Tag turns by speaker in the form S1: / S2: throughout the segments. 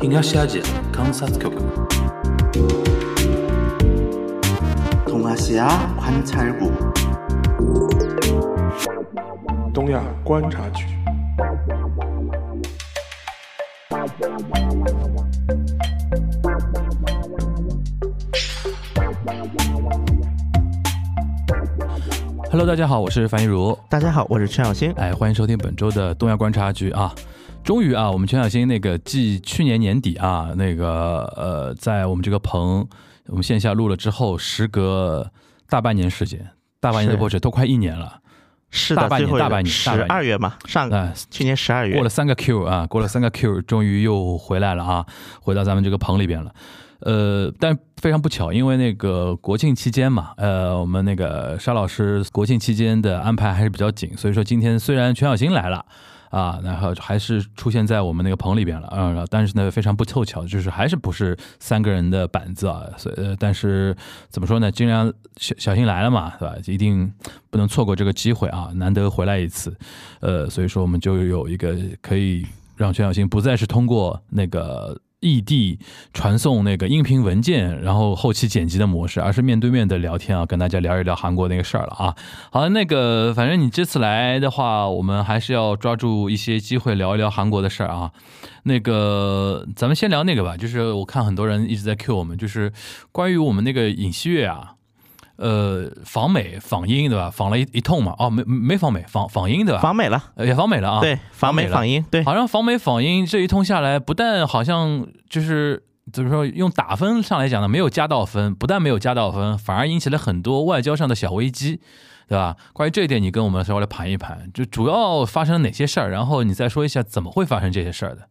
S1: 東アジア観察局
S2: 동아시아관찰국
S3: 东亚观察局。
S1: Hello，大家好，我是樊一茹，
S4: 大家好，我是陈小新。
S1: 哎，欢迎收听本周的东亚观察局啊。终于啊，我们全小新那个继去年年底啊，那个呃，在我们这个棚我们线下录了之后，时隔大半年时间，大半年
S4: 是
S1: 的波折都快一年了，
S4: 是
S1: 大
S4: 的，
S1: 半
S4: 最
S1: 年
S4: 后
S1: 大半年大
S4: 十
S1: 半年
S4: 二月嘛，上
S1: 哎，
S4: 去年十二月
S1: 过了三个 Q 啊，过了三个 Q，终于又回来了啊，回到咱们这个棚里边了。呃，但非常不巧，因为那个国庆期间嘛，呃，我们那个沙老师国庆期间的安排还是比较紧，所以说今天虽然全小新来了。啊，然后还是出现在我们那个棚里边了，嗯，然后但是呢，非常不凑巧，就是还是不是三个人的板子啊，所以、呃、但是怎么说呢，既然小小新来了嘛，对吧？一定不能错过这个机会啊，难得回来一次，呃，所以说我们就有一个可以让全小新不再是通过那个异地传送那个音频文件，然后后期剪辑的模式，而是面对面的聊天啊，跟大家聊一聊韩国那个事儿了啊。好，那个反正你这次来的话，我们还是要抓住一些机会聊一聊韩国的事儿啊。那个咱们先聊那个吧，就是我看很多人一直在 cue 我们，就是关于我们那个尹锡悦啊。呃，访美访英对吧？访了一一通嘛，哦，没没访美，访访英对吧？
S4: 访美了，
S1: 呃，也访美了啊。
S4: 对，访美
S1: 美了
S4: 访英，对，
S1: 好像访美访英这一通下来，不但好像就是怎么说，用打分上来讲呢，没有加到分，不但没有加到分，反而引起了很多外交上的小危机，对吧？关于这一点，你跟我们稍微来盘一盘，就主要发生了哪些事儿，然后你再说一下怎么会发生这些事儿的。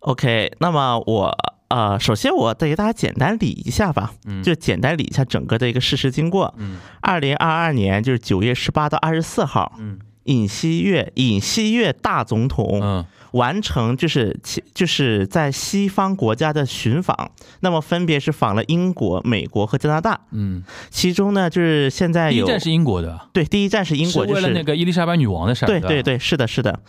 S4: OK，那么我呃，首先我再给大家简单理一下吧，
S1: 嗯
S4: 就简单理一下整个的一个事实经过。嗯，二零二二年就是九月十八到二十四号，嗯，尹锡悦，尹锡悦大总统
S1: 嗯
S4: 完成就是其就是在西方国家的巡访，那么分别是访了英国、美国和加拿大，
S1: 嗯，
S4: 其中呢就是现在
S1: 第一
S4: 有
S1: 站是英国的，
S4: 对第一站是英国，
S1: 是
S4: 就
S1: 为了
S4: 是
S1: 那个伊丽莎白女王的事儿，
S4: 对
S1: 吧
S4: 对，对，是的，是的。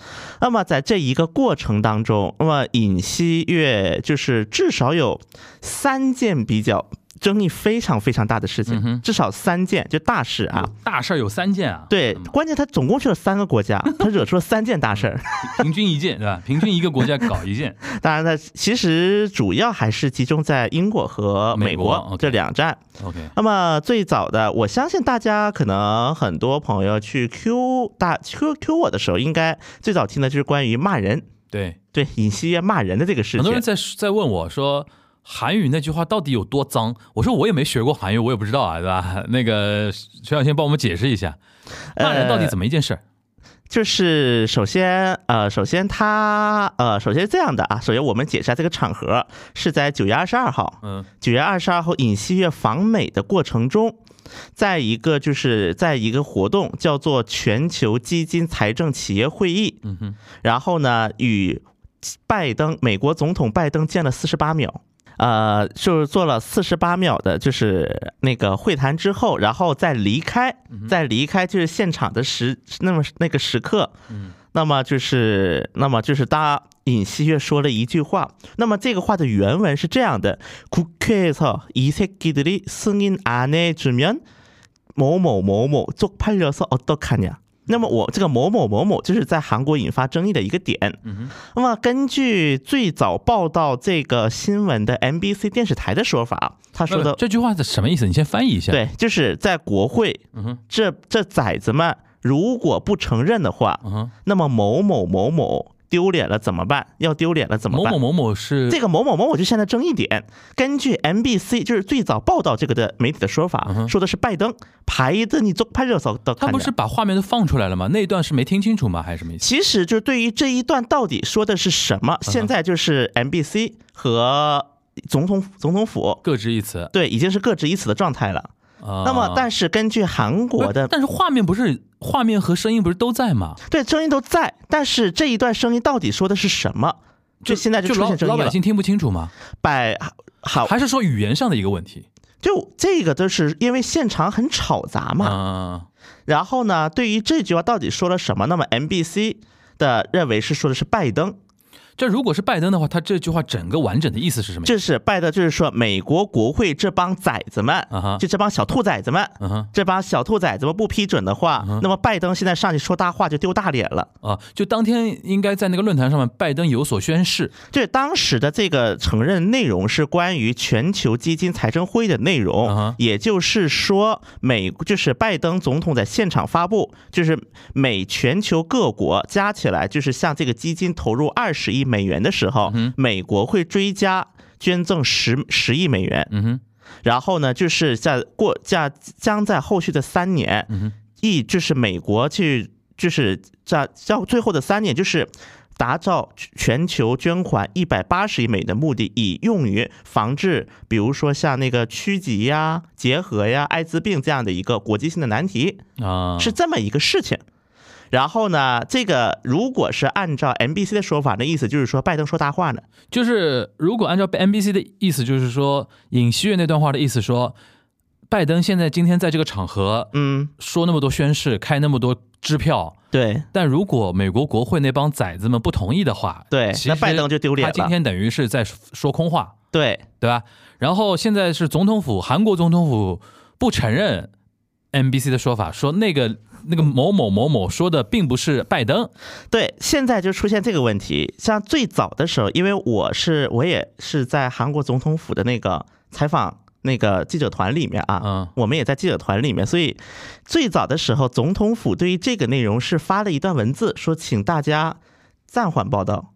S4: 那么在这一个过程当中，那么尹锡悦就是至少有三件比较争议非常非常大的事
S1: 嗯
S4: 情，
S1: 哼
S4: 至少三件就大事啊。
S1: 大事儿有三件啊，
S4: 对，
S1: 嗯
S4: 关键他总共去了三个国家，他惹出了三件大事儿。
S1: 平均一件对吧？平均一个国家搞一件，
S4: 当然，他其实主要还是集中在英国和
S1: 美
S4: 美
S1: 国
S4: 国
S1: ，OK
S4: 这两站。
S1: OK，
S4: 那么最早的，我相信大家可能很多朋友去 Q 大 Q Q 我的时候，应该最早听的就是关于骂人。
S1: 对，
S4: 对尹锡悦骂人的这个事
S1: 很多人
S4: 情，
S1: 在在问我说。韩语那句话到底有多脏？我说我也没学过韩语，我也不知道啊，对吧？ 那个徐小先帮我们解释一下，
S4: 呃
S1: 骂人到底怎么一件事儿？
S4: 就是首先，呃，首先他，呃，首先这样的啊，首先我们解释一下这个场合是在九月二十二号，
S1: 嗯
S4: 九月二十二号尹锡悦访美的过程中，在一个就是在一个活动叫做全球基金财政企业会议，
S1: 嗯哼，
S4: 然后呢，与拜登美国总统拜登见了四十八秒，呃，就是做了四十八秒的，就是那个会谈之后，然后再离开，再离开就是现场的时那么那个时刻，那么就是那么就是当尹锡悦说了一句话，那么这个话的原文是这样的：국회에서이새끼들이승인안해주면뭐뭐뭐뭐쪽팔려서어떡하냐。那么我这个某某某某就是在韩国引发争议的一个点。那么根据最早报道这个新闻的 MBC 电视台的说法，他说
S1: 那
S4: 的
S1: 这句话是什么意思？你先翻译一下。，
S4: 对，就是在国会
S1: 嗯哼，
S4: 这这崽子们如果不承认的话，
S1: 嗯哼，
S4: 那么某某某某丢脸了怎么办？要丢脸了怎么
S1: 某
S4: 办？
S1: 某某某是
S4: 这个某某某某就现在争议点，根据 MBC 就是最早报道这个的媒体的说
S1: 嗯
S4: 法，
S1: 哼
S4: 说的是拜登排着你做拍热搜的，
S1: 他不是把画面都放出来了吗？那一段是没听清楚吗？还是什么意思？
S4: 其实就是对于这一段到底说的是什
S1: 嗯
S4: 么，现在就是 MBC 和总统总统府
S1: 各执一词。
S4: 对已经是各执一词的状态了。
S1: 那
S4: 那么，但是根据韩国的
S1: 但是画面不是画面和声音不是都在吗？
S4: 对声音都在，但是这一段声音到底说的是什么？就现在就
S1: 就
S4: 出
S1: 老
S4: 现争
S1: 老
S4: 议
S1: 百
S4: 了。
S1: 姓听不清楚吗？
S4: 百好，
S1: 还是说语言上的一个问题？
S4: 就这个都是因为现场很吵杂嘛。
S1: 啊，
S4: 然后呢，对于这句话到底说了什么，那么 MBC 的认为是说的是拜登，
S1: 这如果是拜登的话，他这句话整个完整的意思是什么？
S4: 这是拜登，就是说美国国会这帮崽子们
S1: 啊哈，
S4: 就这帮小兔崽子们，
S1: 嗯啊哼
S4: 这帮小兔崽子们不批准的话，那么拜登现在上去说大话就丢大脸了。
S1: 啊，就当天应该在那个论坛上面，拜登有所宣誓
S4: 这当时的这个承认内容是关于全球基金财政会议的内容
S1: 嗯哼
S4: 也就是说美就是拜登总统在现场发布，就是美全球各国加起来就是向这个基金投入二十亿美元的时候，
S1: 嗯
S4: 美国会追加捐赠十十亿美元。
S1: 嗯哼，
S4: 然后呢，就是在过在将在后续的三年，一就是美国去就是在到最后的三年就是。达到全球捐款一百八十亿美元的目的，以用于防治，比如说像那个趋吉呀、结核呀、艾滋病这样的一个国际性的难题。
S1: 啊，
S4: 是这么一个事情。然后呢，这个如果是按照 NBC 的说法，那意思就是说拜登说大话呢。
S1: 就是如果按照 NBC 的意思，就是说尹锡悦那段话的意思说，拜登现在今天在这个场合
S4: 嗯，
S1: 说那么多宣誓，开那么多支票，
S4: 对
S1: 但如果美国国会那帮崽子们不同意的话，
S4: 对
S1: 其实
S4: 那拜登就丢脸
S1: 他今
S4: 了
S1: 天等于是在说空话，
S4: 对
S1: 对吧？然后现在是总统府，韩国总统府不承认 NBC 的说法，说那个那个某某某某说的并不是拜登，
S4: 对，现在就出现这个问题。像最早的时候，因为我是我也是在韩国总统府的那个采访那个记者团里面啊，
S1: 嗯
S4: 我们也在记者团里面，所以最早的时候，总统府对于这个内容是发了一段文字，说请大家暂缓报道。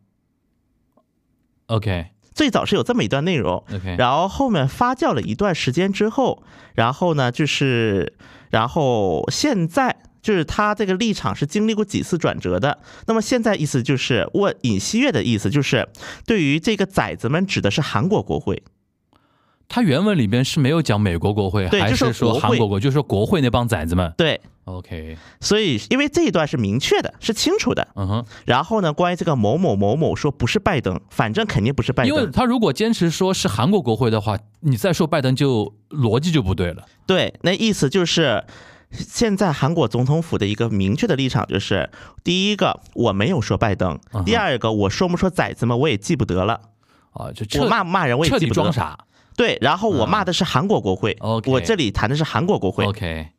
S1: ，OK
S4: 最早是有这么一段内容，
S1: OK，
S4: 然后后面发酵了一段时间之后，然后呢，就是然后现在就是他这个立场是经历过几次转折的。那么现在意思就是，我尹锡悦的意思就是，对于这个崽子们指的是韩国国会，
S1: 他原文里边是没有讲美国国会，
S4: 对
S1: 还
S4: 就是说
S1: 说
S4: 国会
S1: 韩国国，就是说国会那帮崽子们
S4: 对。
S1: ，OK，
S4: 所以，因为这一段是明确的，是清楚的。
S1: 嗯哼，
S4: 然后呢，关于这个某某某某说不是拜登，反正肯定不是拜
S1: 因为
S4: 登。
S1: 他如果坚持说是韩国国会的话，你再说拜登就逻辑就不对了，
S4: 对，那意思就是，现在韩国总统府的一个明确的立场就是：第一个，我没有说拜登
S1: 嗯哼；
S4: 第二个，我说没说崽子们我也记不得了，
S1: 啊，就彻
S4: 我骂不骂人我也
S1: 彻
S4: 记
S1: 底
S4: 不得
S1: 装
S4: 了。
S1: 傻啊
S4: 对，然后我骂的是韩国国会，
S1: OK
S4: 我这里谈的是韩国国会，
S1: ，OK，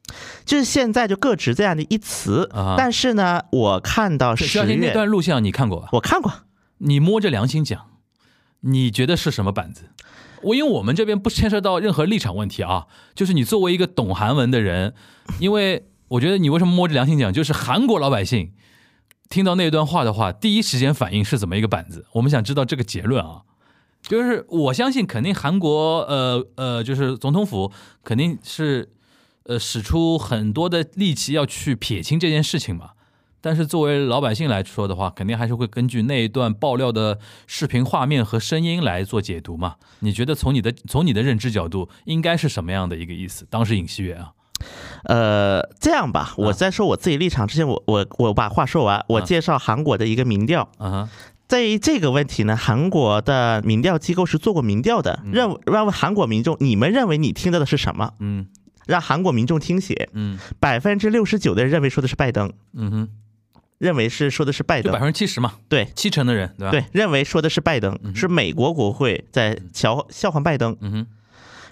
S4: 就是现在就各执这样的一词
S1: 啊哈。
S4: 但是呢，我看
S1: 肖
S4: 到十
S1: 先那
S4: 月，
S1: 段录像你看过吧？
S4: 我看过，
S1: 你摸着良心讲，你觉得是什么板子？我因为我们这边不牵涉到任何立场问题啊，就是你作为一个懂韩文的人，因为我觉得你为什么摸着良心讲，就是韩国老百姓听到那段话的话，第一时间反应是怎么一个板子？我们想知道这个结论啊。就是我相信，肯定韩国呃呃，就是总统府肯定是呃使出很多的力气要去撇清这件事情嘛。但是作为老百姓来说的话，肯定还是会根据那一段爆料的视频画面和声音来做解读嘛。你觉得从你的从你的认知角度，应该是什么样的一个意思？当时尹锡悦啊，
S4: 呃，这样吧，
S1: 啊
S4: 我在说我自己立场之前，我我我把话说完，我
S1: 啊
S4: 介绍韩国的一个民调。
S1: 啊哈，
S4: 在于这个问题呢，韩国的民调机构是做过民调的，认为让韩国民众，你们认为你听到的是什么？
S1: 嗯
S4: 让韩国民众听写，
S1: 嗯
S4: 百分之六十九的人认为说的是拜登，
S1: 嗯哼，
S4: 认为是说的是拜
S1: 就百
S4: 登，
S1: 分之七十嘛，
S4: 对
S1: 七成的人，对吧？，
S4: 对，认为说的是拜登，是美国国会在瞧笑话拜登，
S1: 嗯哼，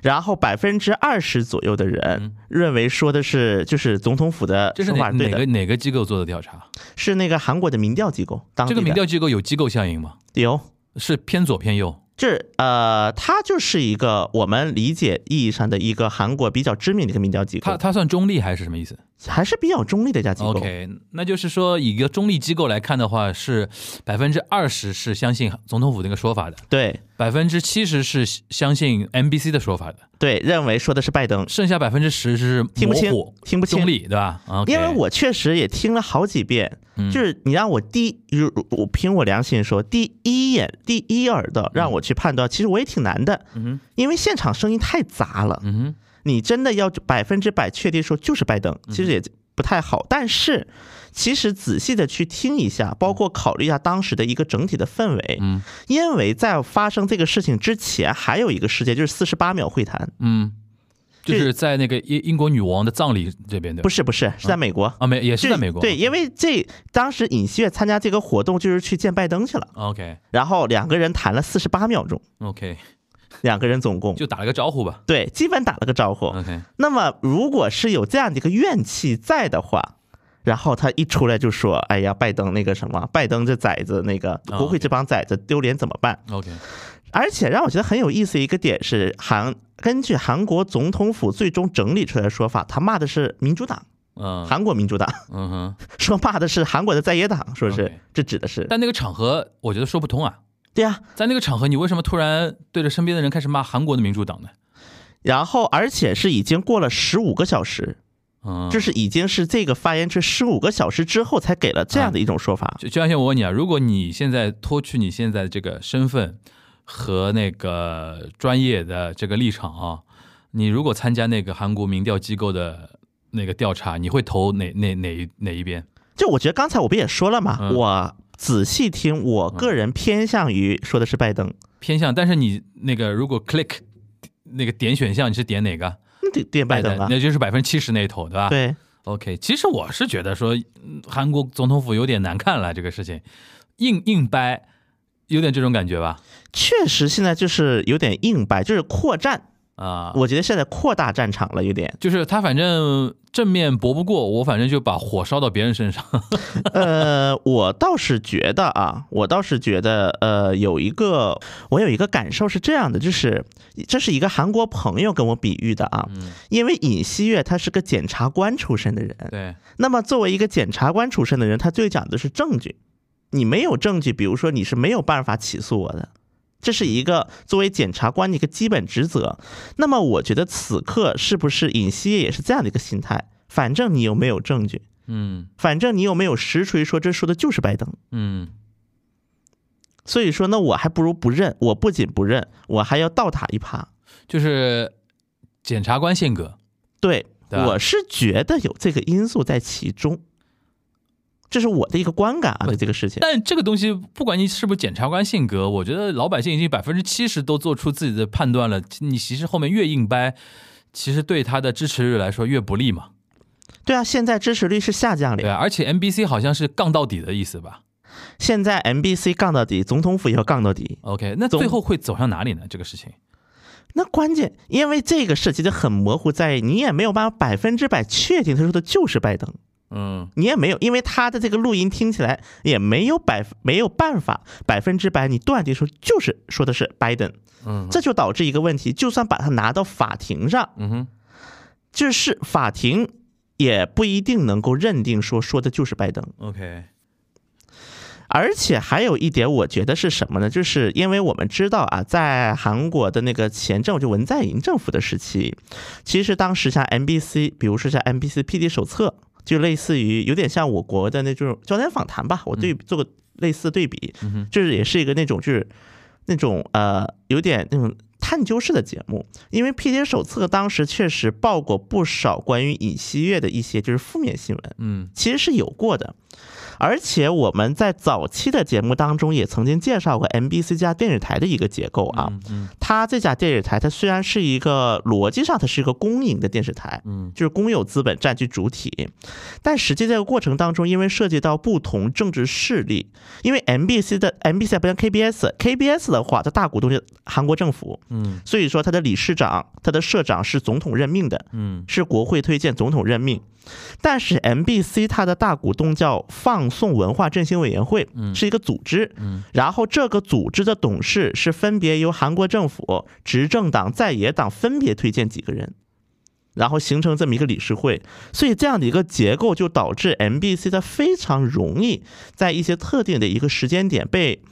S4: 然后百分之二十左右的人认为说的是就是总统府的
S1: 嗯这是
S4: 说
S1: 哪
S4: 法是对
S1: 哪个
S4: 的，
S1: 哪个机构做的调查？
S4: 是那个韩国的民调机构，当地
S1: 这
S4: 的
S1: 个民调机构有机构效应吗？
S4: 有。
S1: 是偏左偏右？
S4: 这呃，它就是一个我们理解意义上的一个韩国比较知名的一个民调机
S1: 它
S4: 构，
S1: 它算中立还是什么意思
S4: 还是比较中立的一家机构。
S1: ？OK，那就是说以一个中立机构来看的话，是百分之二十是相信总统府那个说法的。
S4: 对
S1: 百分之七十是相信 NBC 的说法的，
S4: 对，认为说的是拜登，
S1: 剩下百分之十是
S4: 听不清
S1: 模糊
S4: 听不清
S1: 中立，对吧？OK 嗯
S4: 因为我确实也听了好几遍，就是你让我第如我凭我良心说，第一眼第一耳朵让我去判断，其实我也挺难的，因为现场声音太杂了，
S1: 嗯
S4: 你真的要百分之百确定说就是拜登，其实也不太好。但是，其实仔细的去听一下，包括考虑一下当时的一个整体的氛围。
S1: 嗯，
S4: 因为在发生这个事情之前，还有一个事件就是四十八秒会谈。
S1: 嗯就是在那个英英国女王的葬礼这边的，
S4: 不
S1: 是
S4: 是不是是在美国，
S1: 啊，美也是
S4: 这
S1: 在美国，
S4: 对，因为这当时尹锡悦参加这个活动就是去见拜登去了，
S1: ，OK
S4: 然后两个人谈了四十八秒钟，
S1: OK，
S4: 两个人总共
S1: 就打嗯了个招呼吧
S4: 对基本打了个招呼。
S1: ，OK，
S4: 那么如果是有这样的一个怨气在的话，然后他一出来就说：“哎呀，拜登那个什么，拜登这崽子，那个
S1: 啊
S4: 国会这帮崽子丢脸怎么办？”
S1: OK，
S4: 而且让我觉得很有意思一个点是，韩根据韩国总统府最终整理出来的说法，他骂的是民主党，
S1: 嗯，
S4: 韩国民主党，
S1: 嗯哼，
S4: 说骂的是韩国的在野党，说是
S1: OK
S4: 这指的是
S1: 但那个场合我觉得说不通啊，
S4: 对呀、
S1: 在那个场合你为什么突然对着身边的人开始骂韩国的民主党呢？
S4: 然后而且是已经过了十五个小时，
S1: 嗯，
S4: 这是已经是这个发言是十五个小时之后才给了这样的一种说法，
S1: 就就像现在我问你啊，如果你现在脱去你现在这个身份和那个专业的这个立场啊，你如果参加那个韩国民调机构的那个调查，你会投哪哪哪一哪一边？
S4: 就我觉得刚才我不也说了嘛，
S1: 嗯
S4: 我仔细听，我个人偏向于说的是拜登，
S1: 偏向，但是你那个如果 click 那个点选项，你是点哪个？
S4: 那得点拜登啊，
S1: 那就是百啊分之七十那一头，对吧？。
S4: 对，
S1: OK，其实我是觉得说，嗯韩国总统府有点难看了，这个事情硬硬掰，有点这种感觉吧？
S4: 确实现在就是有点硬掰，就是扩战，
S1: 啊、，
S4: 我觉得现在扩大战场了，有点
S1: 就是他反正正面搏不过我，反正就把火烧到别人身上。
S4: 呃， 我倒是觉得啊，我倒是觉得，呃，有一个我有一个感受是这样的，就是这是一个韩国朋友跟我比喻的啊，
S1: 嗯
S4: 因为尹锡悦他是个检察官出身的人，
S1: 对，
S4: 那么作为一个检察官出身的人，他最讲的是证据。你没有证据，比如说你是没有办法起诉我的，这是一个作为检察官的一个基本职责。那么我觉得此刻是不是尹锡悦也是这样的一个心态？反正你有没有证据，
S1: 嗯
S4: 反正你有没有实锤说这说的就是拜登。
S1: 嗯
S4: 所以说呢，我还不如不认。我不仅不认，我还要倒打一耙。
S1: 就是检察官性格。
S4: 对，
S1: 对吧
S4: 我是觉得有这个因素在其中，这是我的一个观感啊，对这个事情。
S1: 但这个东西，不管你是不是检察官性格，我觉得老百姓已经百分之七十都做出自己的判断了。你其实后面越硬掰，其实对他的支持率来说越不利嘛。
S4: 对啊，现在支持率是下降的
S1: 对、
S4: 呀。
S1: 啊，而且 NBC 好像是杠到底的意思吧
S4: 现在 MBC 杠到底，总统府也要杠到底。
S1: ？OK，那
S4: 总
S1: 最后会走向哪里呢？这个事情，
S4: 那关键，因为这个事情就很模糊，在于你也没有办法百分之百确定他说的就是拜登，
S1: 嗯
S4: 你也没有，因为他的这个录音听起来也没有百没有办法百分之百你断定说就是说的是拜登，
S1: 嗯
S4: 这就导致一个问题，就算把他拿到法庭上，
S1: 嗯哼
S4: 就是法庭也不一定能够认定说说的就是拜登。
S1: ，OK，
S4: 而且还有一点，我觉得是什么呢？就是因为我们知道啊，在韩国的那个前政府就文在寅政府的时期，其实当时像 MBC，比如说像 MBC PD 手册，就类似于有点像我国的那种焦点访谈吧，我对做个类似对比，就是也是一个那种就是那种呃有点那种。探究式的节目，因为 PD 手册当时确实报过不少关于尹锡悦的一些就是负面新闻，
S1: 嗯
S4: 其实是有过的。而且我们在早期的节目当中也曾经介绍过 MBC 这家电视台的一个结构啊。
S1: 嗯嗯
S4: 它这家电视台，它虽然是一个逻辑上它是一个公营的电视台，
S1: 嗯，
S4: 就是公有资本占据主体，但实际这个过程当中，因为涉及到不同政治势力，因为 MBC 的 MBC 啊不像 KBS，KBS 的话，它大股东是韩国政府，
S1: 嗯
S4: 所以说它的理事长、它的社长是总统任命的，
S1: 嗯
S4: 是国会推荐，总统任命。但是 MBC 它的大股东叫放送文化振兴委员会，是一个组织。然后这个组织的董事是分别由韩国政府、执政党、在野党分别推荐几个人，然后形成这么一个理事会。所以这样的一个结构，就导致 MBC 它非常容易在一些特定的一个时间点被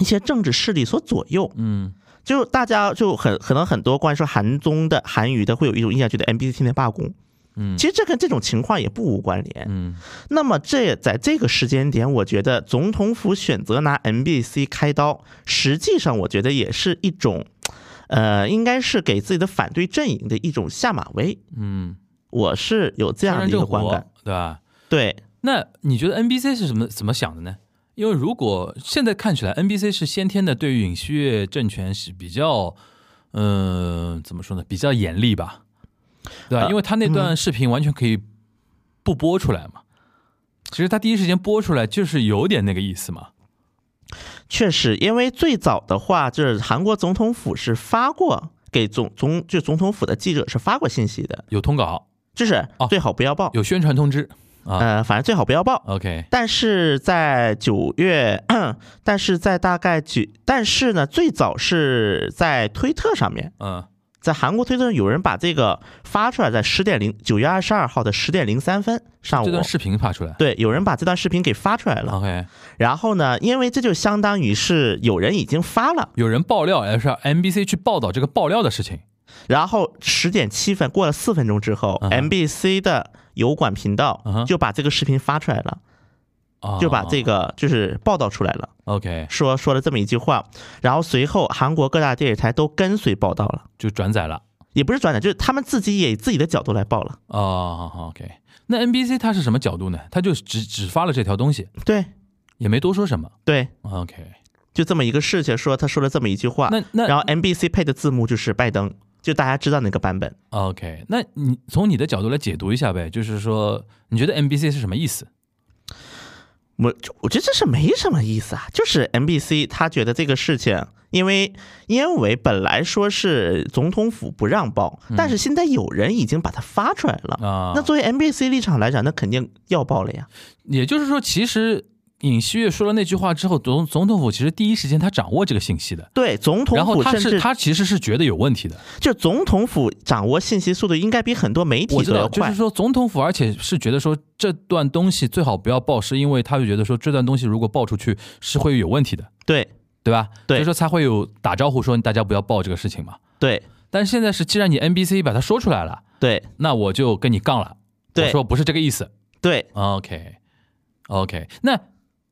S4: 一些政治势力所左右。
S1: 嗯
S4: 就大家就很可能很多关于说韩综的韩娱的会有一种印象，觉得 MBC 天天罢工。
S1: 嗯
S4: 其实这跟这种情况也不无关联。
S1: 嗯
S4: 那么这在这个时间点，我觉得总统府选择拿 MBC 开刀，实际上我觉得也是一种，呃，应该是给自己的反对阵营的一种下马威。
S1: 嗯，
S4: 我是有这样
S1: 当然啊
S4: 的一
S1: 正
S4: 个
S1: 火
S4: 观感。
S1: 对吧？
S4: 对，
S1: 那你觉得 NBC 是怎么怎么想的呢？因为如果现在看起来，NBC 是先天的对呃于尹锡悦政权是比较，嗯、怎么说呢，比较严厉吧，对吧？
S4: 呃
S1: 因为他那段视频完全可以不播出来嘛。其实他第一时间播出来就是有点那个意思嘛。
S4: 确实，因为最早的话，就是韩国总统府是发过给总总就总统府的记者是发过信息的，
S1: 有通稿，
S4: 就是
S1: 哦
S4: 最好不要报，
S1: 有宣传通知啊。
S4: 呃，反正最好不要报。
S1: OK，
S4: 但是在九月， 但是在大概九，但是呢，最早是在推特上面，
S1: 嗯
S4: 在韩国推特上有人把这个发出来，在十点零九月二十二号的十点零三分上
S1: 这
S4: 午
S1: 段，视频啊发出来。
S4: 对，有人把这段视频给发出来了。
S1: OK，
S4: 然后呢，因为这就相当于是有人已经发了，
S1: 有人爆料，哎，是 MBC 去报道这个爆料的事情。
S4: 然后十点七分过了四分钟之后、
S1: 嗯哼
S4: m b c 的油管频道
S1: 嗯哼
S4: 就把这个视频发出来了，
S1: 啊，
S4: 就把这
S1: 个
S4: 个就是报道出来了，
S1: OK
S4: 说说了这么一句话，然后随后韩国各大电视台都跟随报道了，
S1: 就转载了
S4: 也不是转载，就是他们自己也以自己的角度来报了，
S1: 啊、OK，那 NBC 它是什么角度呢？它就只只发了这条东西，
S4: 对
S1: 也没多说什么。哦
S4: 对，
S1: OK，
S4: 就这么一个事情，说他说了这么一句话，
S1: 那那
S4: 啊然后 MBC 配的字幕就是拜登，就大家知道那个版本。
S1: OK，那你从你的角度来解读一下呗，就是说，你觉得 MBC 是什么意思？
S4: 我我觉得这是没什么意思啊，就是 NBC 他觉得这个事情，因为因为本来说是总统府不让报，但是现在有人已经把它发出来了，
S1: 嗯啊
S4: 那作为 NBC 立场来讲，那肯定要报了呀。
S1: 也就是说，其实尹锡悦说了那句话之后，总总统府其实第一时间他掌握这个信息的，
S4: 对，总统
S1: 然后
S4: 府
S1: 他
S4: 甚
S1: 是
S4: 至
S1: 他其实是觉得有问题的，
S4: 就总统府掌握信息速度应该比很多媒体
S1: 我知
S4: 都
S1: 道，
S4: 要
S1: 就是
S4: 快。
S1: 说总统府，而且是觉得说这段东西最好不要报，是因为他就觉得说这段东西如果报出去是会有问题的，
S4: 对
S1: 对吧？
S4: 对
S1: 所以说才会有打招呼说大家不要报这个事情嘛。
S4: 对
S1: 但是现在是，既然你 NBC 把它说出来了，
S4: 对
S1: 那我就跟你杠了，我
S4: 对
S1: 说不是这个意思。
S4: 对，
S1: OK OK，那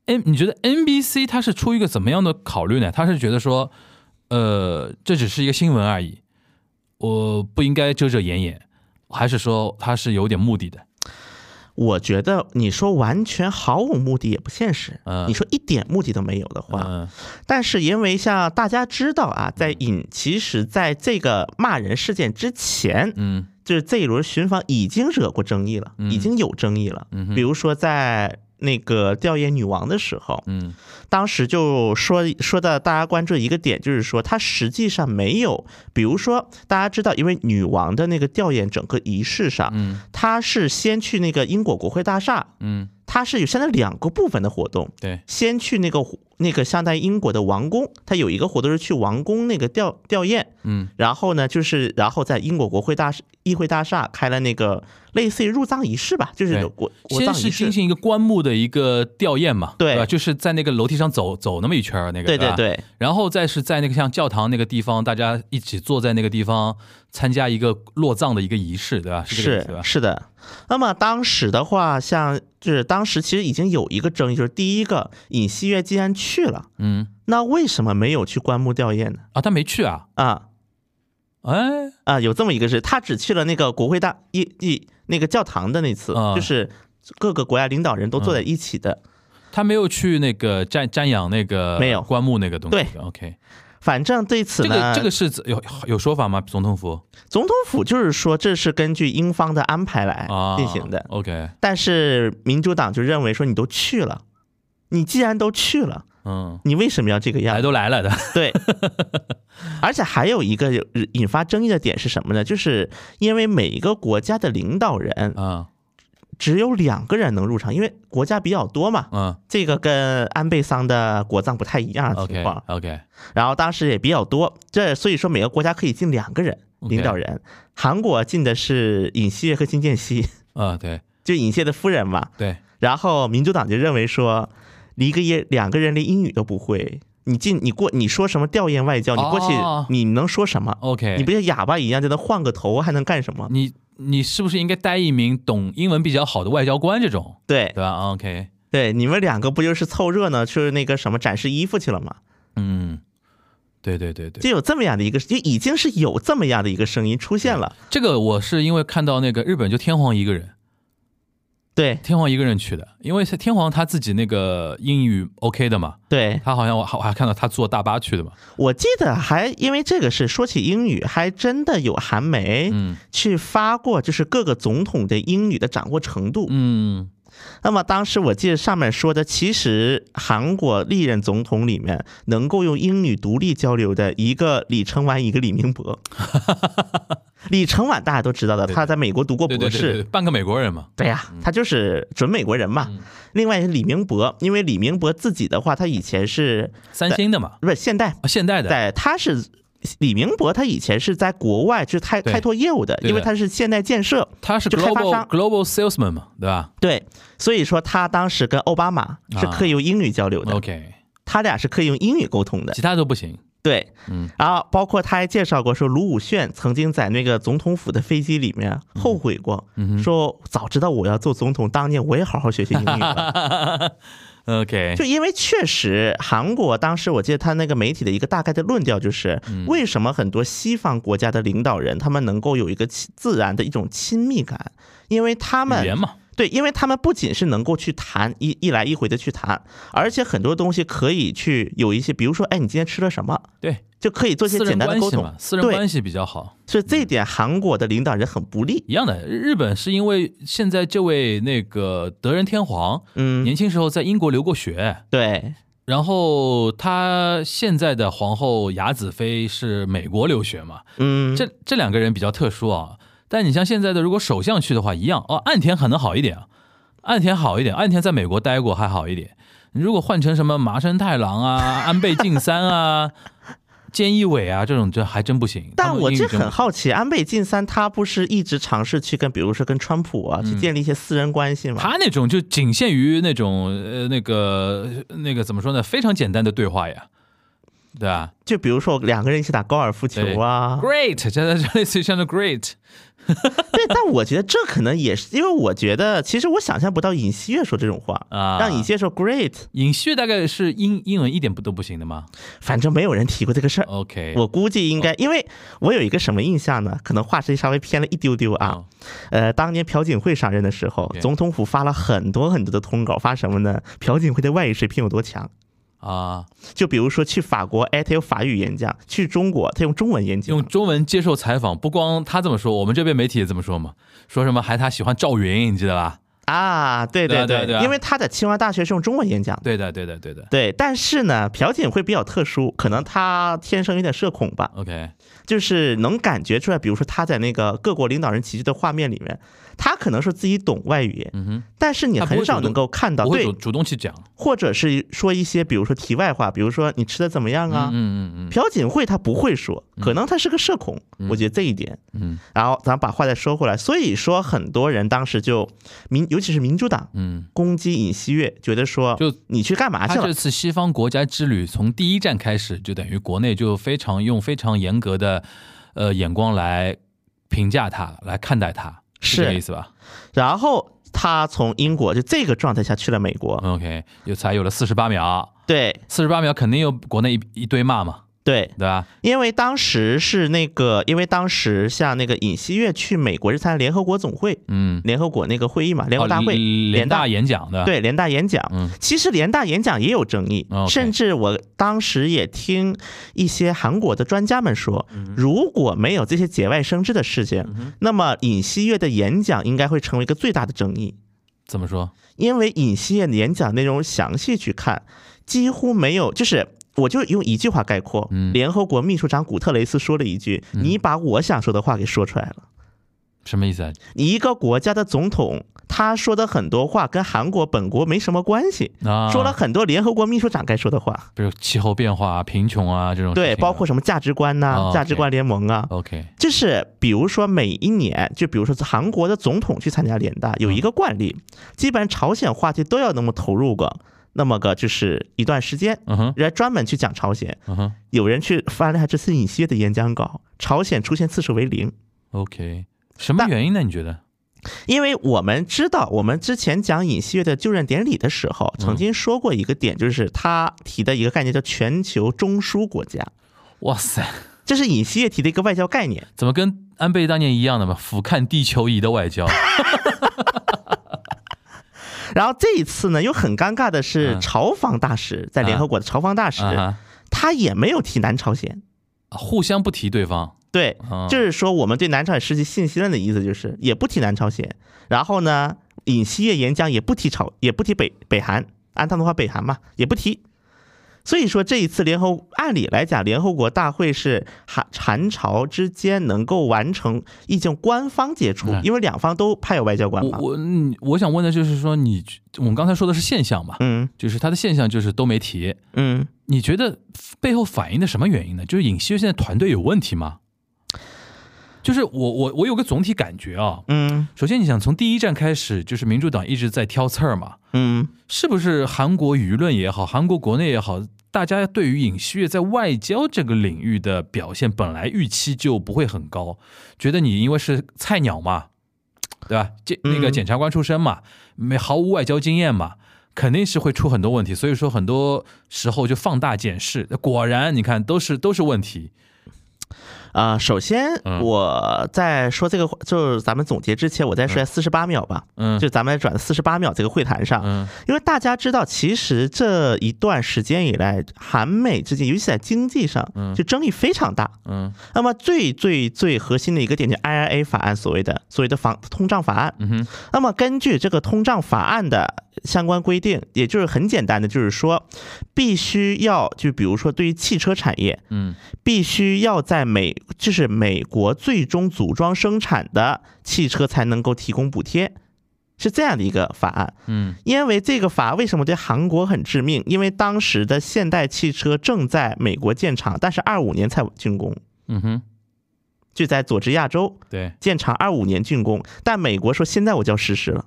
S1: N 你觉得 NBC 它是出于一个怎么样的考虑呢？它是觉得说，呃，这只是一个新闻而已，我不应该遮遮掩掩，还是说它是有点目的的？
S4: 我觉得你说完全毫无目的也不现实，
S1: 嗯
S4: 你说一点目的都没有的话，
S1: 嗯
S4: 但是因为像大家知道啊，在尹其实在这个骂人事件之前，
S1: 嗯
S4: 就是这一轮巡访已经惹过争议了，
S1: 嗯
S4: 已经有争议了。
S1: 嗯哼
S4: 比如说在那个调研女王的时候，
S1: 嗯
S4: 当时就说说到大家关注一个点，就是说她实际上没有，比如说大家知道，因为女王的那个调研整个仪式上，
S1: 嗯
S4: 她是先去那个英国国会大厦，
S1: 嗯，
S4: 它是有相当于两个部分的活动，
S1: 对，
S4: 先去那个湖那个相当于英国的王宫，它有一个活动是去王宫那个吊吊唁，
S1: 嗯
S4: 然后呢，就是然后在英国国会大厦议会大厦开了那个类似于入葬仪式吧，就是
S1: 对
S4: 国国
S1: 先
S4: 葬
S1: 是
S4: 仪
S1: 进
S4: 式，
S1: 行一个棺木的一个吊唁嘛，
S4: 对
S1: 吧？就是在那个楼梯上走走那么一圈儿那个，
S4: 对
S1: 对
S4: 对
S1: 吧
S4: 对
S1: 然后再是在那个像教堂那个地方，大家一起坐在那个地方参加一个落葬的一个仪式，对吧？是这个意思
S4: 是
S1: 吧？
S4: 是的。那么当时的话，像就是当时其实已经有一个争议，就是第一个尹锡悦既然去了，
S1: 嗯，
S4: 那为什么没有去棺木吊唁呢？
S1: 啊，他没去啊，
S4: 啊，
S1: 哎，
S4: 啊，有这么一个事，他只去了那个国会大一一那个教堂的那次，
S1: 啊嗯
S4: 就是各个国家领导人都坐在一起的。
S1: 他没有去那个瞻瞻仰那个
S4: 没有
S1: 棺木那个东西。
S4: 对
S1: ，OK，
S4: 反正对此
S1: 这个
S4: 呢，
S1: 这个是有有说法吗？总统府
S4: 总统府就是说这是根据英方的安排来
S1: 啊
S4: 哎进行的，
S1: OK，
S4: 但是民主党就认为说你都去了，你既然都去了，
S1: 嗯，
S4: 你为什么要这个样
S1: 来
S4: 子？
S1: 都来了的，
S4: 对，而且还有一个有引发争议的点是什么呢？就是因为每一个国家的领导人
S1: 嗯
S4: 只有两个人能入场，因为国家比较多嘛，
S1: 嗯
S4: 这个跟安倍桑的国葬不太一样的
S1: ，OK
S4: 情况。
S1: OK，
S4: 然后当时也比较多，这所以说每个国家可以进两个人
S1: OK
S4: 领导人。韩国进的是尹锡悦和金建熙，
S1: 啊，对
S4: 就尹锡悦的夫人嘛。
S1: 对，
S4: 然后民主党就认为说，一个也两个人连英语都不会，你进你过你说什么吊唁外交，你过去
S1: 哦
S4: 你能说什么？
S1: OK，
S4: 你不像哑巴一样，就能换个头，还能干什么？
S1: 你你是不是应该带一名懂英文比较好的外交官这种，
S4: 对
S1: 对吧？OK，啊
S4: 对，你们两个不就是凑热闹去那个什么展示衣服去了吗？
S1: 嗯，对对对对。
S4: 就有这么样的一个，就已经是有这么样的一个声音出现了。
S1: 这个我是因为看到那个日本就天皇一个人，
S4: 对
S1: 天皇一个人去的，因为天皇他自己那个英语 OK 的嘛，
S4: 对，
S1: 他好像我还我还看到他坐大巴去的嘛，
S4: 我记得还因为这个事说起英语，还真的有韩媒
S1: 嗯
S4: 去发过，就是各个总统的英语的掌握程度。
S1: 嗯
S4: 那么当时我记得上面说的，其实韩国历任总统里面能够用英语独立交流的一个李承晚，一个李 明博。李承晚大家都知道的，
S1: 对
S4: 他在美国读过
S1: 嗯对
S4: 博
S1: 对对对，
S4: 士，
S1: 半个美国人嘛，
S4: 对呀，他就是准美国人嘛
S1: 嗯。
S4: 另外是李明博，因为李明博自己的话，他以前是
S1: 三星的嘛，
S4: 不是现代
S1: 啊现代的，
S4: 在他是李明博，他以前是在国外去开
S1: 对
S4: 开拓业务的，
S1: 对的
S4: 因为他是现代建设，
S1: 他是
S4: 就开发
S1: global
S4: 商
S1: global salesman 嘛，对吧
S4: 对，所以说他当时跟奥巴马是
S1: 啊
S4: 可以用英语交流的，
S1: ？OK，
S4: 他俩是可以用英语沟通的
S1: 其，他都不行，
S4: 对，
S1: 嗯，
S4: 然后包括他还介绍过说，卢武铉曾经在那个总统府的飞机里面后悔过，
S1: 嗯
S4: 说早知道我要做总统，当年我也好好学学英 语了。
S1: 哼 ，OK，
S4: 就因为确实，韩国当时我记得他那个媒体的一个大概的论调就是，
S1: 嗯
S4: 为什么很多西方国家的领导人他们能够有一个亲自然的一种亲密感，因为他
S1: 语言
S4: 们
S1: 嘛，
S4: 对，因为他们不仅是能够去谈一一来一回的去谈，而且很多东西可以去有一些，比如说，哎，你今天吃了什么，
S1: 对，
S4: 就可以做一些
S1: 私
S4: 简
S1: 人
S4: 单的
S1: 关
S4: 沟
S1: 系
S4: 通
S1: 嘛，。私人
S4: 对
S1: 关系比较好。
S4: 所以这一点韩国的领导人很不利。
S1: 一样的，日本是因为现在这位那个德仁天皇，
S4: 嗯，
S1: 年轻时候在英国留过学，
S4: 对
S1: 然后他现在的皇后雅子妃是美国留学嘛，
S4: 嗯，
S1: 这这两个人比较特殊啊。但你像现在的如果首相去的话，一样哦，岸田可能好一点啊，岸田好一点，岸田在美国待过还好一点。你如果换成什么麻生太郎啊、 安倍晋三啊、菅义伟啊这种，这还真不行。他
S4: 但
S1: 们
S4: 我
S1: 英语
S4: 这
S1: 真不
S4: 很好奇，安倍晋三他不是一直尝试去跟，比如说跟川普啊，去建立一些私人关系
S1: 嗯
S4: 吗？
S1: 他那种就仅限于那种呃那个那个怎么说呢，非常简单的对话呀，对吧
S4: 就比如说两个人一起打高尔夫球啊，
S1: ？Great，这这类似于像那 Great，
S4: 对。但我觉得这可能也是因为我觉得，其实我想象不到尹锡悦说这种话
S1: 啊
S4: 让尹锡悦说 great，
S1: 尹旭大概是英英文一点不都不行的吗
S4: 反正没有人提过这个事儿。
S1: ？OK，
S4: 我估计
S1: 哦
S4: 应该，因为我有一个什么印象呢？可能话题稍微偏了一丢丢啊。呃，当年朴槿惠上任的时候
S1: 哦 OK，
S4: 总统府发了很多很多的通稿，发什么呢？朴槿惠的外语水平有多强？
S1: 啊，
S4: 就比如说去法国，哎，他用法语演讲；去中国，他用中文演讲
S1: 用。中文接受采访，不光他这么说，我们这边媒体也这么说嘛，说什么还他喜欢赵云，你记得吧？
S4: 啊，对
S1: 对啊对啊
S4: 对
S1: 对啊
S4: 因为他在清华大学是用中文演讲的。
S1: 对的，对的，对的。
S4: 对，但是呢，朴槿惠比较特殊，可能她天生有点社恐吧，
S1: OK，
S4: 就是能感觉出来。比如说她在那个各国领导人齐聚的画面里面，她可能说自己懂外语，
S1: 嗯哼，
S4: 但是你
S1: 她不会
S4: 很少
S1: 主动
S4: 能够看到
S1: 不会主
S4: 对，
S1: 主动去讲，
S4: 或者是说一些比如说题外话，比如说你吃的怎么样啊？
S1: 嗯嗯嗯
S4: 朴槿惠她不会说，可能她是个社恐，我觉得这一点。
S1: 嗯
S4: 然后咱把话再说回来，所以说很多人当时就民，尤其是民主党
S1: 嗯，
S4: 攻击尹锡悦，觉得说
S1: 就
S4: 你去干嘛
S1: 他
S4: 去
S1: 这
S4: 了？
S1: 次西方国家之旅，从第一站开始，就等于国内就非常用非常严格的呃眼光来评价他，来看待他，
S4: 是
S1: 这个意思吧
S4: 然后他从英国就这个状态下去了美国，
S1: ？OK，有才有了四十八秒，
S4: 对
S1: 四十八秒肯定有国内一一堆骂嘛，
S4: 对，
S1: 对吧？
S4: 因为当时是那个，因为当时像那个尹锡悦去美国是参加联合国总会，
S1: 嗯，
S4: 联合国那个会议嘛，联合
S1: 哦
S4: 国大会，
S1: 联联
S4: 大
S1: 大演讲的，，
S4: 对联大演讲，
S1: 嗯哦
S4: 其实联大演讲也有争议，
S1: OK
S4: 甚至我当时也听一些韩国的专家们说，
S1: 嗯
S4: 如果没有这些节外生枝的事情，那么尹锡悦的演讲应该会成为一个最大的争议，
S1: 怎么说？
S4: 因为尹锡悦的演讲内容详细去看，几乎没有，就是我就用一句话概括，
S1: 嗯
S4: 联合国秘书长古特雷斯说了一句：“你把我想说的话给说出来了。”
S1: 什么意思啊？
S4: 你一个国家的总统，他说的很多话跟韩国本国没什么关系，
S1: 啊，
S4: 说了，很多联合国秘书长该说的话，
S1: 比如气候变化啊、贫穷啊这种事情啊，
S4: 对，包括什么价值观呐、
S1: 哦，OK
S4: 价值观联盟啊，
S1: OK，
S4: 就是比如说每一年，就比如说韩国的总统去参加联
S1: 嗯
S4: 大，有一个惯例，基本上朝鲜话题都要那么投入个那么个就是一段时间，
S1: 嗯哼，
S4: 人家专门去讲朝鲜。
S1: 嗯哼
S4: 有人去翻了一下这次尹锡悦的演讲稿，朝鲜出现次数为零，
S1: ，OK，什么
S4: 但
S1: 原因呢？你觉得？
S4: 因为我们知道，我们之前讲尹锡悦的就任典礼的时候，曾经说过一个点，就是他提的一个概念叫全球中枢国家，
S1: 哇塞，
S4: 这是尹锡悦提的一个外交概念。
S1: 怎么 跟安倍当年一样的嘛？俯瞰地球仪的外交，
S4: 然后这一次呢，又很尴尬的是
S1: 嗯，
S4: 朝方大使在联合国的朝方大使，
S1: 啊
S4: 他也没有提南朝鲜。
S1: 哈，互相不提对方，
S4: 对，
S1: 嗯
S4: 就是说我们对南朝鲜失去信心了的意思，就是也不提南朝鲜。然后呢，尹锡悦演讲也不提朝，也不提北北韩，按他们的话北韩嘛，也不提。所以说这一次联合，按理来讲，联合国大会是韩韩朝之间能够完成一种官方接触
S1: 嗯，
S4: 因为两方都派有外交官
S1: 我
S4: 嘛。
S1: 我嗯我想问的就是说你，我们刚才说的是现象嘛，
S4: 嗯
S1: 就是它的现象就是都没提，
S4: 嗯，
S1: 你觉得背后反映的什么原因呢？就是尹锡悦现在团队有问题吗？就是我我我有个总体感觉啊，
S4: 嗯
S1: 首先你想从第一站开始，就是民主党一直在挑刺儿嘛，
S4: 嗯
S1: 是不是韩国舆论也好，韩国国内也好，大家对于尹锡悦在外交这个领域的表现本来预期就不会很高，觉得你因为是菜鸟嘛，对吧？检那个
S4: 嗯
S1: 检察官出身嘛，没毫无外交经验嘛。肯定是会出很多问题，所以说很多时候就放大检视。果然，你看都是都是问题。
S4: 啊、首先
S1: 嗯
S4: 我在说这个，就是咱们总结之前，我再说四十八秒吧，
S1: 嗯
S4: 就咱们转四十八秒这个会谈上，
S1: 嗯
S4: 因为大家知道，其实这一段时间以来，韩美之间，尤其在经济上，就争议非常大。
S1: 嗯
S4: 那么最最最核心的一个点就是 IRA 法案，所谓的所谓的防通胀法案。
S1: 嗯哼
S4: 那么根据这个通胀法案的相关规定，也就是很简单的，就是说，必须要就比如说对于汽车产业，
S1: 嗯
S4: 必须要在美就是美国最终组装生产的汽车才能够提供补贴，是这样的一个法案。
S1: 嗯
S4: 因为这个法为什么对韩国很致命？因为当时的现代汽车正在美国建厂，但是二五年才竣工，
S1: 嗯哼，
S4: 就在佐治亚州
S1: 对
S4: 建厂，二五年竣工。但美国说现在我就要实施了。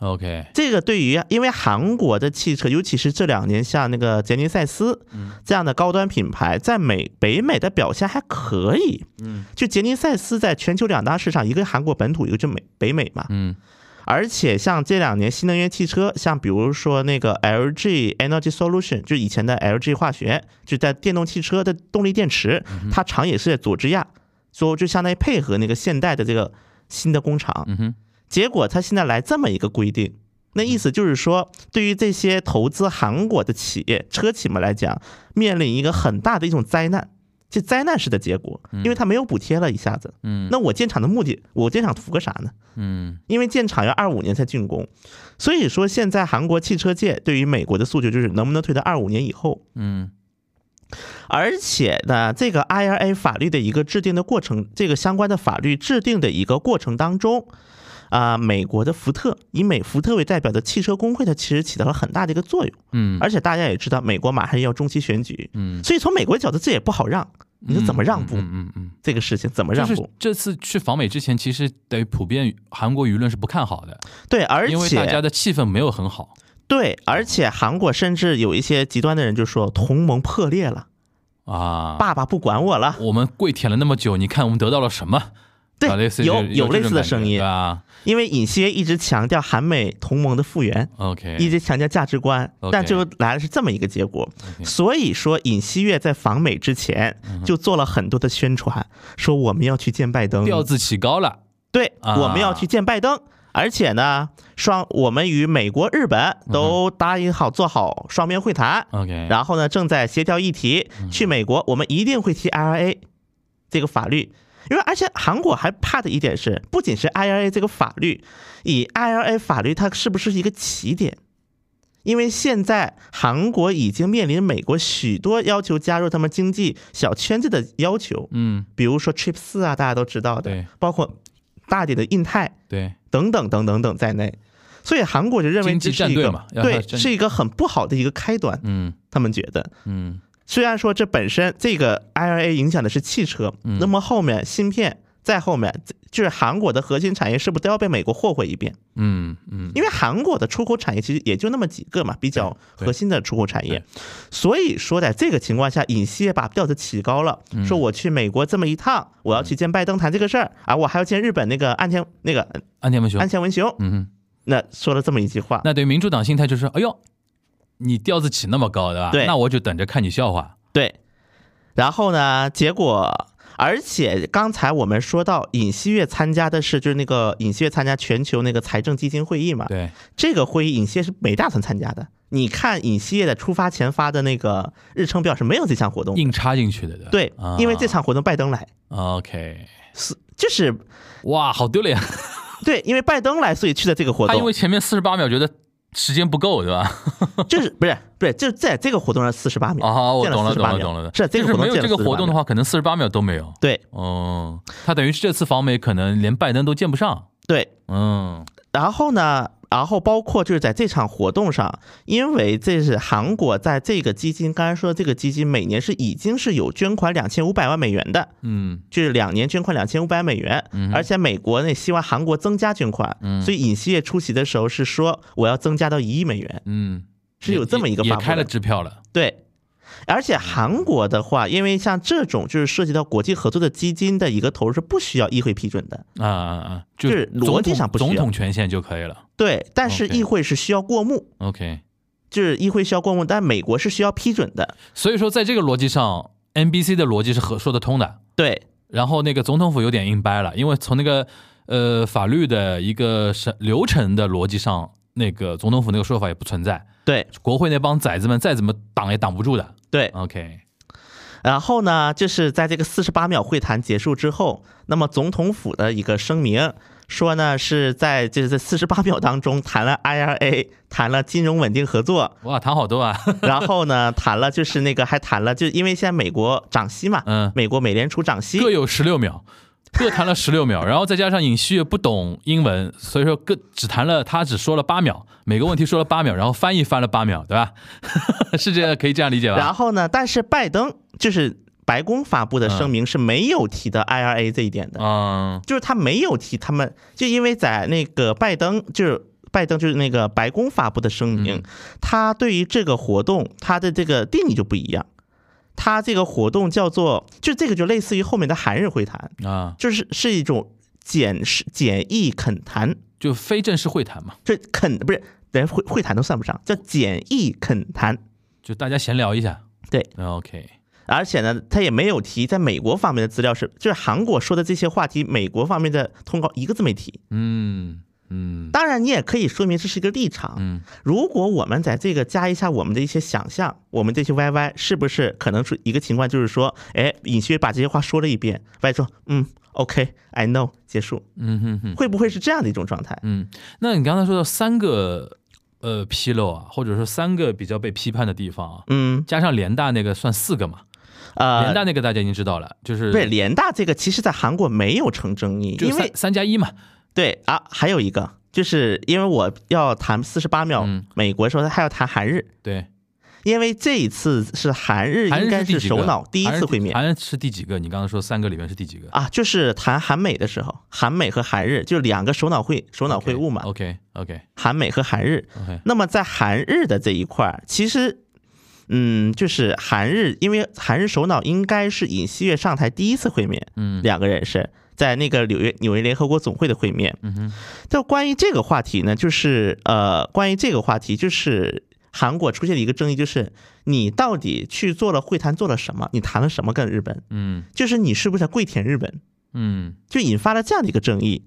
S1: ，OK，
S4: 这个对于因为韩国的汽车，尤其是这两年像那个杰尼赛斯这样的高端品牌，在美北美的表现还可以。
S1: 嗯
S4: 就杰尼赛斯在全球两大市场，一个韩国本土，一个就美北美嘛。
S1: 嗯
S4: 而且像这两年新能源汽车，像比如说那个 LG Energy Solution，就以前的 LG 化学，就在电动汽车的动力电池，
S1: 嗯
S4: 它厂也是在佐治亚，所以就相当于配合那个现代的这个新的工厂。
S1: 嗯哼，
S4: 结果它现在来这么一个规定，那意思就是说，对于这些投资韩国的企业、车企们来讲，面临一个很大的一种灾难，这灾难式的结果，因为它没有补贴了，一下子。
S1: 嗯
S4: 那我建厂的目的，我建厂图个啥呢？
S1: 嗯
S4: 因为建厂要二五年才竣工，所以说现在韩国汽车界对于美国的诉求就是能不能推到二五年以后。
S1: 嗯
S4: 而且呢，这个 IRA 法律的一个制定的过程，这个相关的法律制定的一个过程当中，啊、美国的福特以美福特为代表的汽车工会，它其实起到了很大的一个作用。
S1: 嗯
S4: 而且大家也知道，美国马上要中期选举，
S1: 嗯，
S4: 所以从美国角度，这也不好让。你说怎么让步？
S1: 嗯嗯嗯。
S4: 这个事情怎么让
S1: 就
S4: 步？
S1: 是这次去访美之前，其实等于普遍韩国舆论是不看好的，
S4: 对，而
S1: 因为大家
S4: 且
S1: 的气氛没有很好。
S4: 对，而且韩国甚至有一些极端的人就说同盟破裂了。
S1: 啊，
S4: 爸爸不管我了。
S1: 我们跪舔了那么久，你看我们得到了什么？
S4: 对
S1: 啊类似于
S4: 有
S1: 这
S4: 有类似
S1: 这种感
S4: 的
S1: 觉
S4: 声音
S1: 对啊。
S4: 因为尹锡悦一直强调韩美同盟的复原，一
S1: OK，
S4: 直强调价值观
S1: 哎 OK，哎
S4: 但最后来的是这么一个结果。
S1: OK
S4: 所以说，尹锡悦在访美之前
S1: 嗯
S4: 就做了很多的宣传，说我们要去见拜登，
S1: 调子起高了。
S4: 对，
S1: 啊
S4: 我们要去见拜登。而且呢，双我们与美国、日本
S1: 嗯
S4: 都答应好做好双边会谈，
S1: OK，
S4: 然后呢，正在协调议题。
S1: 嗯
S4: 去美国，我们一定会提 IRA 这个法律，因为而且韩国还怕的一点是，不仅是 IRA 这个法律，以 IRA 法律它是不是一个起点？因为现在韩国已经面临美国许多要求加入他们经济小圈子的要求，
S1: 嗯，
S4: 比如说 Chip 四啊，大家都知道的
S1: 对，
S4: 包括大点的印太
S1: 对，
S4: 等等等等等在内。所以韩国就认为
S1: 经济
S4: 这是
S1: 战
S4: 一
S1: 队
S4: 个
S1: 嘛要
S4: 对，
S1: 战
S4: 是一个很不好的一个开端，
S1: 嗯
S4: 他们觉得。
S1: 嗯
S4: 虽然说这本身这个 IRA 影响的是汽车，
S1: 嗯
S4: 那么后面芯片再后面就是韩国的核心产业是不是都要被美国霍霍一遍？
S1: 嗯嗯，
S4: 因为韩国的出口产业其实也就那么几个嘛，比较
S1: 对
S4: 核心的出口产业
S1: 对。
S4: 所以说，在这个情况下，尹锡悦把调子起高了，
S1: 嗯
S4: 说我去美国这么一趟，我要去见拜登谈这个事儿啊，我还要见日本那个岸田那个
S1: 安田文雄
S4: 岸，田文雄。
S1: 嗯哼，
S4: 那说了这么一句话，
S1: 那对于民主党心态就是，哎呦，你调子起那么高，对吧？
S4: 对
S1: 那我就等着看你笑话。
S4: 对，然后呢，结果而且刚才我们说到尹锡悦参加的是就是那个尹锡悦参加全球那个财政基金会议嘛，
S1: 对，
S4: 这个会议尹锡悦是没打算参加的。你看尹锡悦在出发前发的那个日程表是没有这项活动的，
S1: 硬插进去的，吧
S4: 对
S1: 啊、，
S4: 因为这场活动拜登来，
S1: OK，
S4: 就是
S1: 哇，好丢脸！
S4: 对，因为拜登来，所以去的这个活
S1: 他啊因为
S4: 动，
S1: 前面四十八秒觉得时间不够，对吧？
S4: 就是不是不是，就是在这个活动上四十八秒
S1: 啊，我
S4: 见了
S1: 懂了，
S4: 48
S1: 懂了，
S4: 秒
S1: 懂了。
S4: 是啊的这
S1: 就
S4: 个
S1: 是
S4: 活动
S1: 没有
S4: 见
S1: 这
S4: 了
S1: 个
S4: 48
S1: 活动的
S4: 秒
S1: 话，可能四十八秒都没有。
S4: 对
S1: 嗯，他等于这次访美可能连拜登都见不上。
S4: 对，
S1: 嗯
S4: 然后呢，然后包括就是在这场活动上，因为这是韩国在这个基金，刚才说的这个基金每年是已经是有捐款两千五百万美元的，
S1: 嗯
S4: 就是两年捐款两千五百美元，而且美国呢希望韩国增加捐款，
S1: 嗯
S4: 所以尹锡悦出席的时候是说我要增加到一亿美元，
S1: 嗯，
S4: 是有这么一个
S1: 也也
S4: 发
S1: 也
S4: 布
S1: 开了
S4: 的，
S1: 支票了。
S4: 对。而且韩国的话，因为像这种就是涉及到国际合作的基金的一个投入是不需要议会批准的，
S1: 啊啊啊！就
S4: 就是逻辑
S1: 总统
S4: 上不需要
S1: 总统权限就可以了。
S4: 对，但是
S1: OK
S4: 议会是需要过目，
S1: OK，
S4: 就是议会需要过目，但美国是需要批准的。
S1: 所以说在这个逻辑上，NBC 的逻辑是和说得通的。
S4: 对
S1: 然后那个总统府有点硬掰了，因为从那个呃法律的一个审流程的逻辑上，那个总统府那个说法也不存在，
S4: 对
S1: 国会那帮崽子们再怎么挡也挡不住的。
S4: 对，
S1: OK，
S4: 然后呢，就是在这个四十八秒会谈结束之后，那么总统府的一个声明说呢，是在就是在四十八秒当中谈了 IRA，谈了金融稳定 合作，
S1: 哇，谈好多啊，
S4: 然后呢，谈了就是那个还谈了，就因为现在美国涨息嘛，
S1: 嗯
S4: 美国美联储涨息，
S1: 各有十六秒，各谈了十六秒，然后再加上尹锡悦不懂英文，所以说各只谈了他只说了八秒，每个问题说了八秒，然后翻译翻了八秒，对吧？ 是这样可以这样理解吧？
S4: 然后呢，但是拜登就是白宫发布的声明是没有提的 IRA 这一点的，
S1: 嗯
S4: 就是他没有提他们，就因为在那个拜登就是。拜登就是那个白宫发布的声明，他对于这个活动，他的这个定义就不一样。他这个活动叫做，就这个就类似于后面的韩日会谈，
S1: 啊，
S4: 就是是一种简是简易恳谈，
S1: 就非正式会谈嘛，
S4: 这恳不是连会会谈都算不上，叫简易恳谈。
S1: 就大家闲聊一下。
S4: 对
S1: ，OK，
S4: 而且呢，他也没有提在美国方面的资料是，就是韩国说的这些话题，美国方面的通告一个字没提。
S1: 嗯嗯
S4: 当然，你也可以说明这是一个立场。
S1: 嗯，
S4: 如果我们在这个加一下我们的一些想象，我们这些 YY 是不是可能出一个情况，就是说，哎，尹锡悦把这些话说了一遍，Y 说，嗯，OK，I、know，结束，
S1: 嗯哼哼。
S4: 会不会是这样的一种状态？
S1: 嗯，那你刚才说到三个呃纰漏啊，或者说三个比较被批判的地方啊，
S4: 嗯，
S1: 加上联大那个算四个嘛？联
S4: 呃，
S1: 大那个大家已经知道了，就是
S4: 对，联大这个其实在韩国没有成争议，
S1: 就
S4: 因为
S1: 三三加一嘛，
S4: 对啊，还有一个就是因为我要谈四十八秒
S1: 嗯，
S4: 美国说还要谈韩日，
S1: 对，
S4: 因为这一次是韩日
S1: 韩
S4: 应
S1: 日
S4: 该
S1: 第
S4: 是
S1: 几个
S4: 首脑第一
S1: 韩日
S4: 次会面，
S1: 韩日是第几个？你刚刚说三个里面是第几个？
S4: 啊，就是谈韩美的时候，韩美和韩日就两个首脑会首脑会晤啊嘛，
S1: OK 哦 OK
S4: 韩美和韩日。
S1: OK，
S4: 那么在韩日的这一块儿，其实，嗯，就是韩日，因为韩日首脑应该是尹锡悦上台第一次会面，
S1: 嗯
S4: 两个人是在那个纽约纽约联合国总会的会面。
S1: 嗯哼，
S4: 就关于这个话题呢，就是呃，关于这个话题就是。韩国出现了一个争议，就是你到底去做了会谈，做了什么？你谈了什么跟日本？
S1: 嗯
S4: 就是你是不是在跪舔日本？
S1: 嗯
S4: 就引发了这样的一个争议。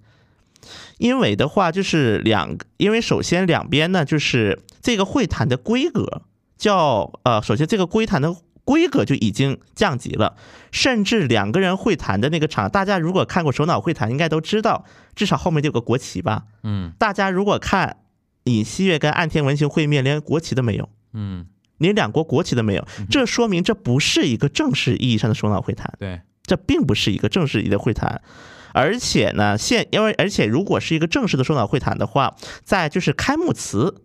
S4: 因为的话，就是两，因为首先两边呢，就是这个会谈的规格叫呃，首先这个会谈的规格就已经降级了，甚至两个人会谈的那个场，大家如果看过首脑会谈，应该都知道，至少后面就有个国旗吧。
S1: 嗯
S4: 大家如果看尹锡悦跟岸田文雄会面，连国旗都没有，
S1: 嗯，
S4: 连两国国旗都没有，这说明这不是一个正式意义上的首脑会谈。
S1: 对，
S4: 这并不是一个正式的会谈。而且呢，现因为而且如果是一个正式的首脑会谈的话，在就是开幕词，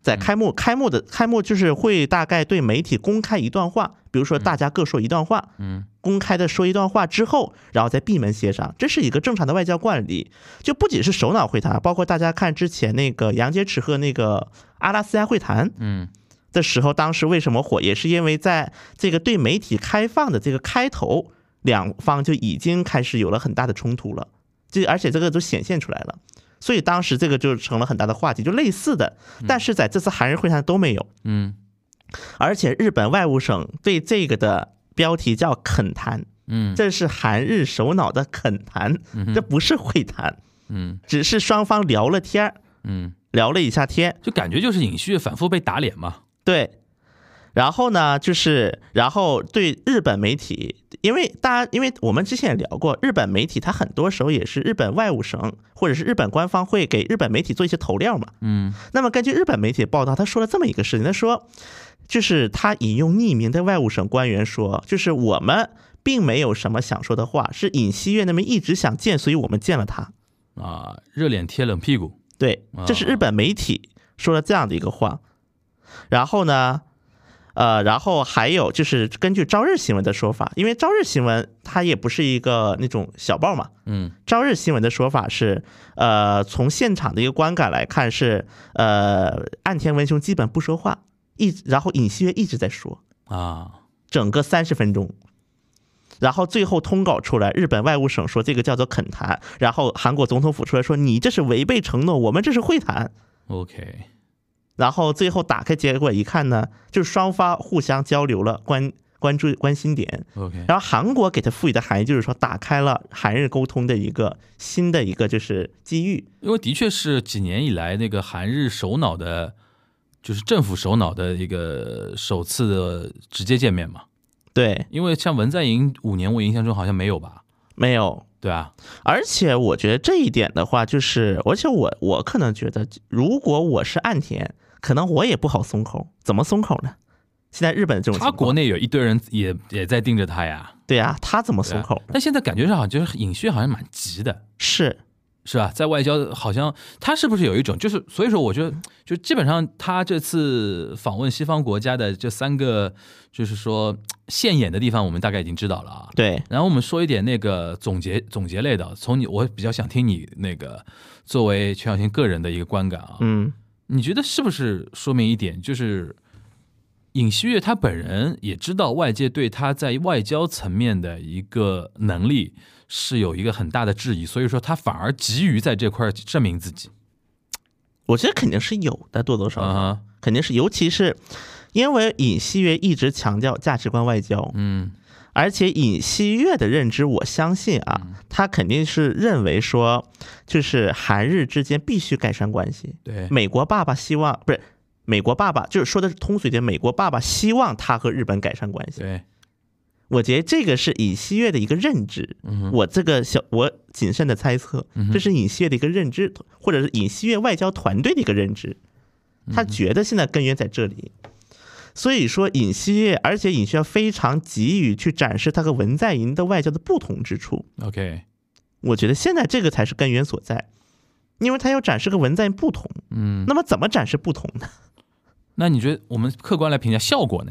S4: 在开幕开幕的开幕就是会大概对媒体公开一段话，比如说大家各说一段话，
S1: 嗯
S4: 公开的说一段话之后，然后再闭门协商，这是一个正常的外交惯例。就不仅是首脑会谈，包括大家看之前那个杨洁篪和那个阿拉斯加会谈，
S1: 嗯
S4: 的时候，当时为什么火，也是因为在这个对媒体开放的这个开头，两方就已经开始有了很大的冲突了，这而且这个都显现出来了，所以当时这个就成了很大的话题，就类似的，但是在这次韩日会谈都没有，
S1: 嗯
S4: 而且日本外务省对这个的标题叫恳谈，
S1: 嗯
S4: 这是韩日首脑的恳谈，
S1: 嗯哼
S4: 这不是会谈，
S1: 嗯
S4: 只是双方聊了天儿，
S1: 嗯，
S4: 聊了一下天，
S1: 就感觉就是尹旭反复被打脸嘛。
S4: 对。然后呢，就是然后对日本媒体，因为大家因为我们之前也聊过，日本媒体它很多时候也是日本外务省或者是日本官方会给日本媒体做一些头料嘛，
S1: 嗯
S4: 那么根据日本媒体报道，他说了这么一个事情，他说，就是他引用匿名的外务省官员说，就是我们并没有什么想说的话，是尹锡悦那边一直想见，所以我们见了他。
S1: 啊，热脸贴冷屁股。
S4: 对，这是日本媒体说了这样的一个话。然后呢，呃，然后还有就是根据朝日新闻的说法，因为朝日新闻它也不是一个那种小报嘛，
S1: 嗯
S4: 朝日新闻的说法是，呃，从现场的一个观感来看是，呃，岸田文雄基本不说话，一直然后尹锡悦一直在说，
S1: 啊，
S4: 整个三十分钟，然后最后通稿出来，日本外务省说这个叫做恳谈，然后韩国总统府出来说你这是违背承诺，我们这是会谈，
S1: OK，
S4: 然后最后打开结果一看呢，就是双方互相交流了关关注关心点，
S1: OK，
S4: 然后韩国给它赋予的含义就是说，打开了韩日沟通的一个新的一个就是机遇。
S1: 因为的确是几年以来那个韩日首脑的，就是政府首脑的一个首次的直接见面嘛。
S4: 对，
S1: 因为像文在寅五年，我印象中好像没有吧？
S4: 没有。
S1: 对啊，
S4: 而且我觉得这一点的话，就是而且我我可能觉得，如果我是岸田，可能我也不好松口。怎么松口呢？现在日本这种
S1: 他
S4: 情
S1: 国
S4: 况，
S1: 内有一堆人也也在盯着他呀。
S4: 对呀、他怎么
S1: 对
S4: 松
S1: 啊
S4: 口呢？
S1: 但现在感觉上好像就是尹旭好像蛮急的，
S4: 是
S1: 是吧？在外交好像他是不是有一种就是，所以说我觉得就基本上他这次访问西方国家的这三个就是说现眼的地方，我们大概已经知道了啊。
S4: 对，
S1: 然后我们说一点那个总结总结类的，从你我比较想听你那个作为全小新个人的一个观感啊，
S4: 嗯，
S1: 你觉得是不是说明一点，就是尹锡悦他本人也知道外界对他在外交层面的一个能力是有一个很大的质疑，所以说他反而急于在这块儿证明自己
S4: 我觉得肯定是有的，多多少少、
S1: 啊，
S4: 肯定是，尤其是因为尹锡悦一直强调价值观外交，
S1: 嗯
S4: 而且尹锡悦的认知，我相信啊，
S1: 嗯
S4: 他肯定是认为说，就是韩日之间必须改善关系。
S1: 对
S4: 美国爸爸希望不是美国爸爸，就是说的是通俗一点，美国爸爸希望他和日本改善关系。
S1: 对，
S4: 我觉得这个是尹锡悦的一个认知，
S1: 嗯
S4: 我这个小我谨慎的猜测，这是尹锡悦的一个认知，或者是尹锡悦外交团队的一个认知，
S1: 嗯
S4: 他觉得现在根源在这里。所以说，尹锡悦，而且尹锡悦非常急于去展示他和文在寅的外交的不同之处。
S1: ，OK，
S4: 我觉得现在这个才是根源所在，因为他要展示和文在寅不同。
S1: 嗯，
S4: 那么怎么展示不同呢？
S1: 那你觉得我们客观来评价效果呢？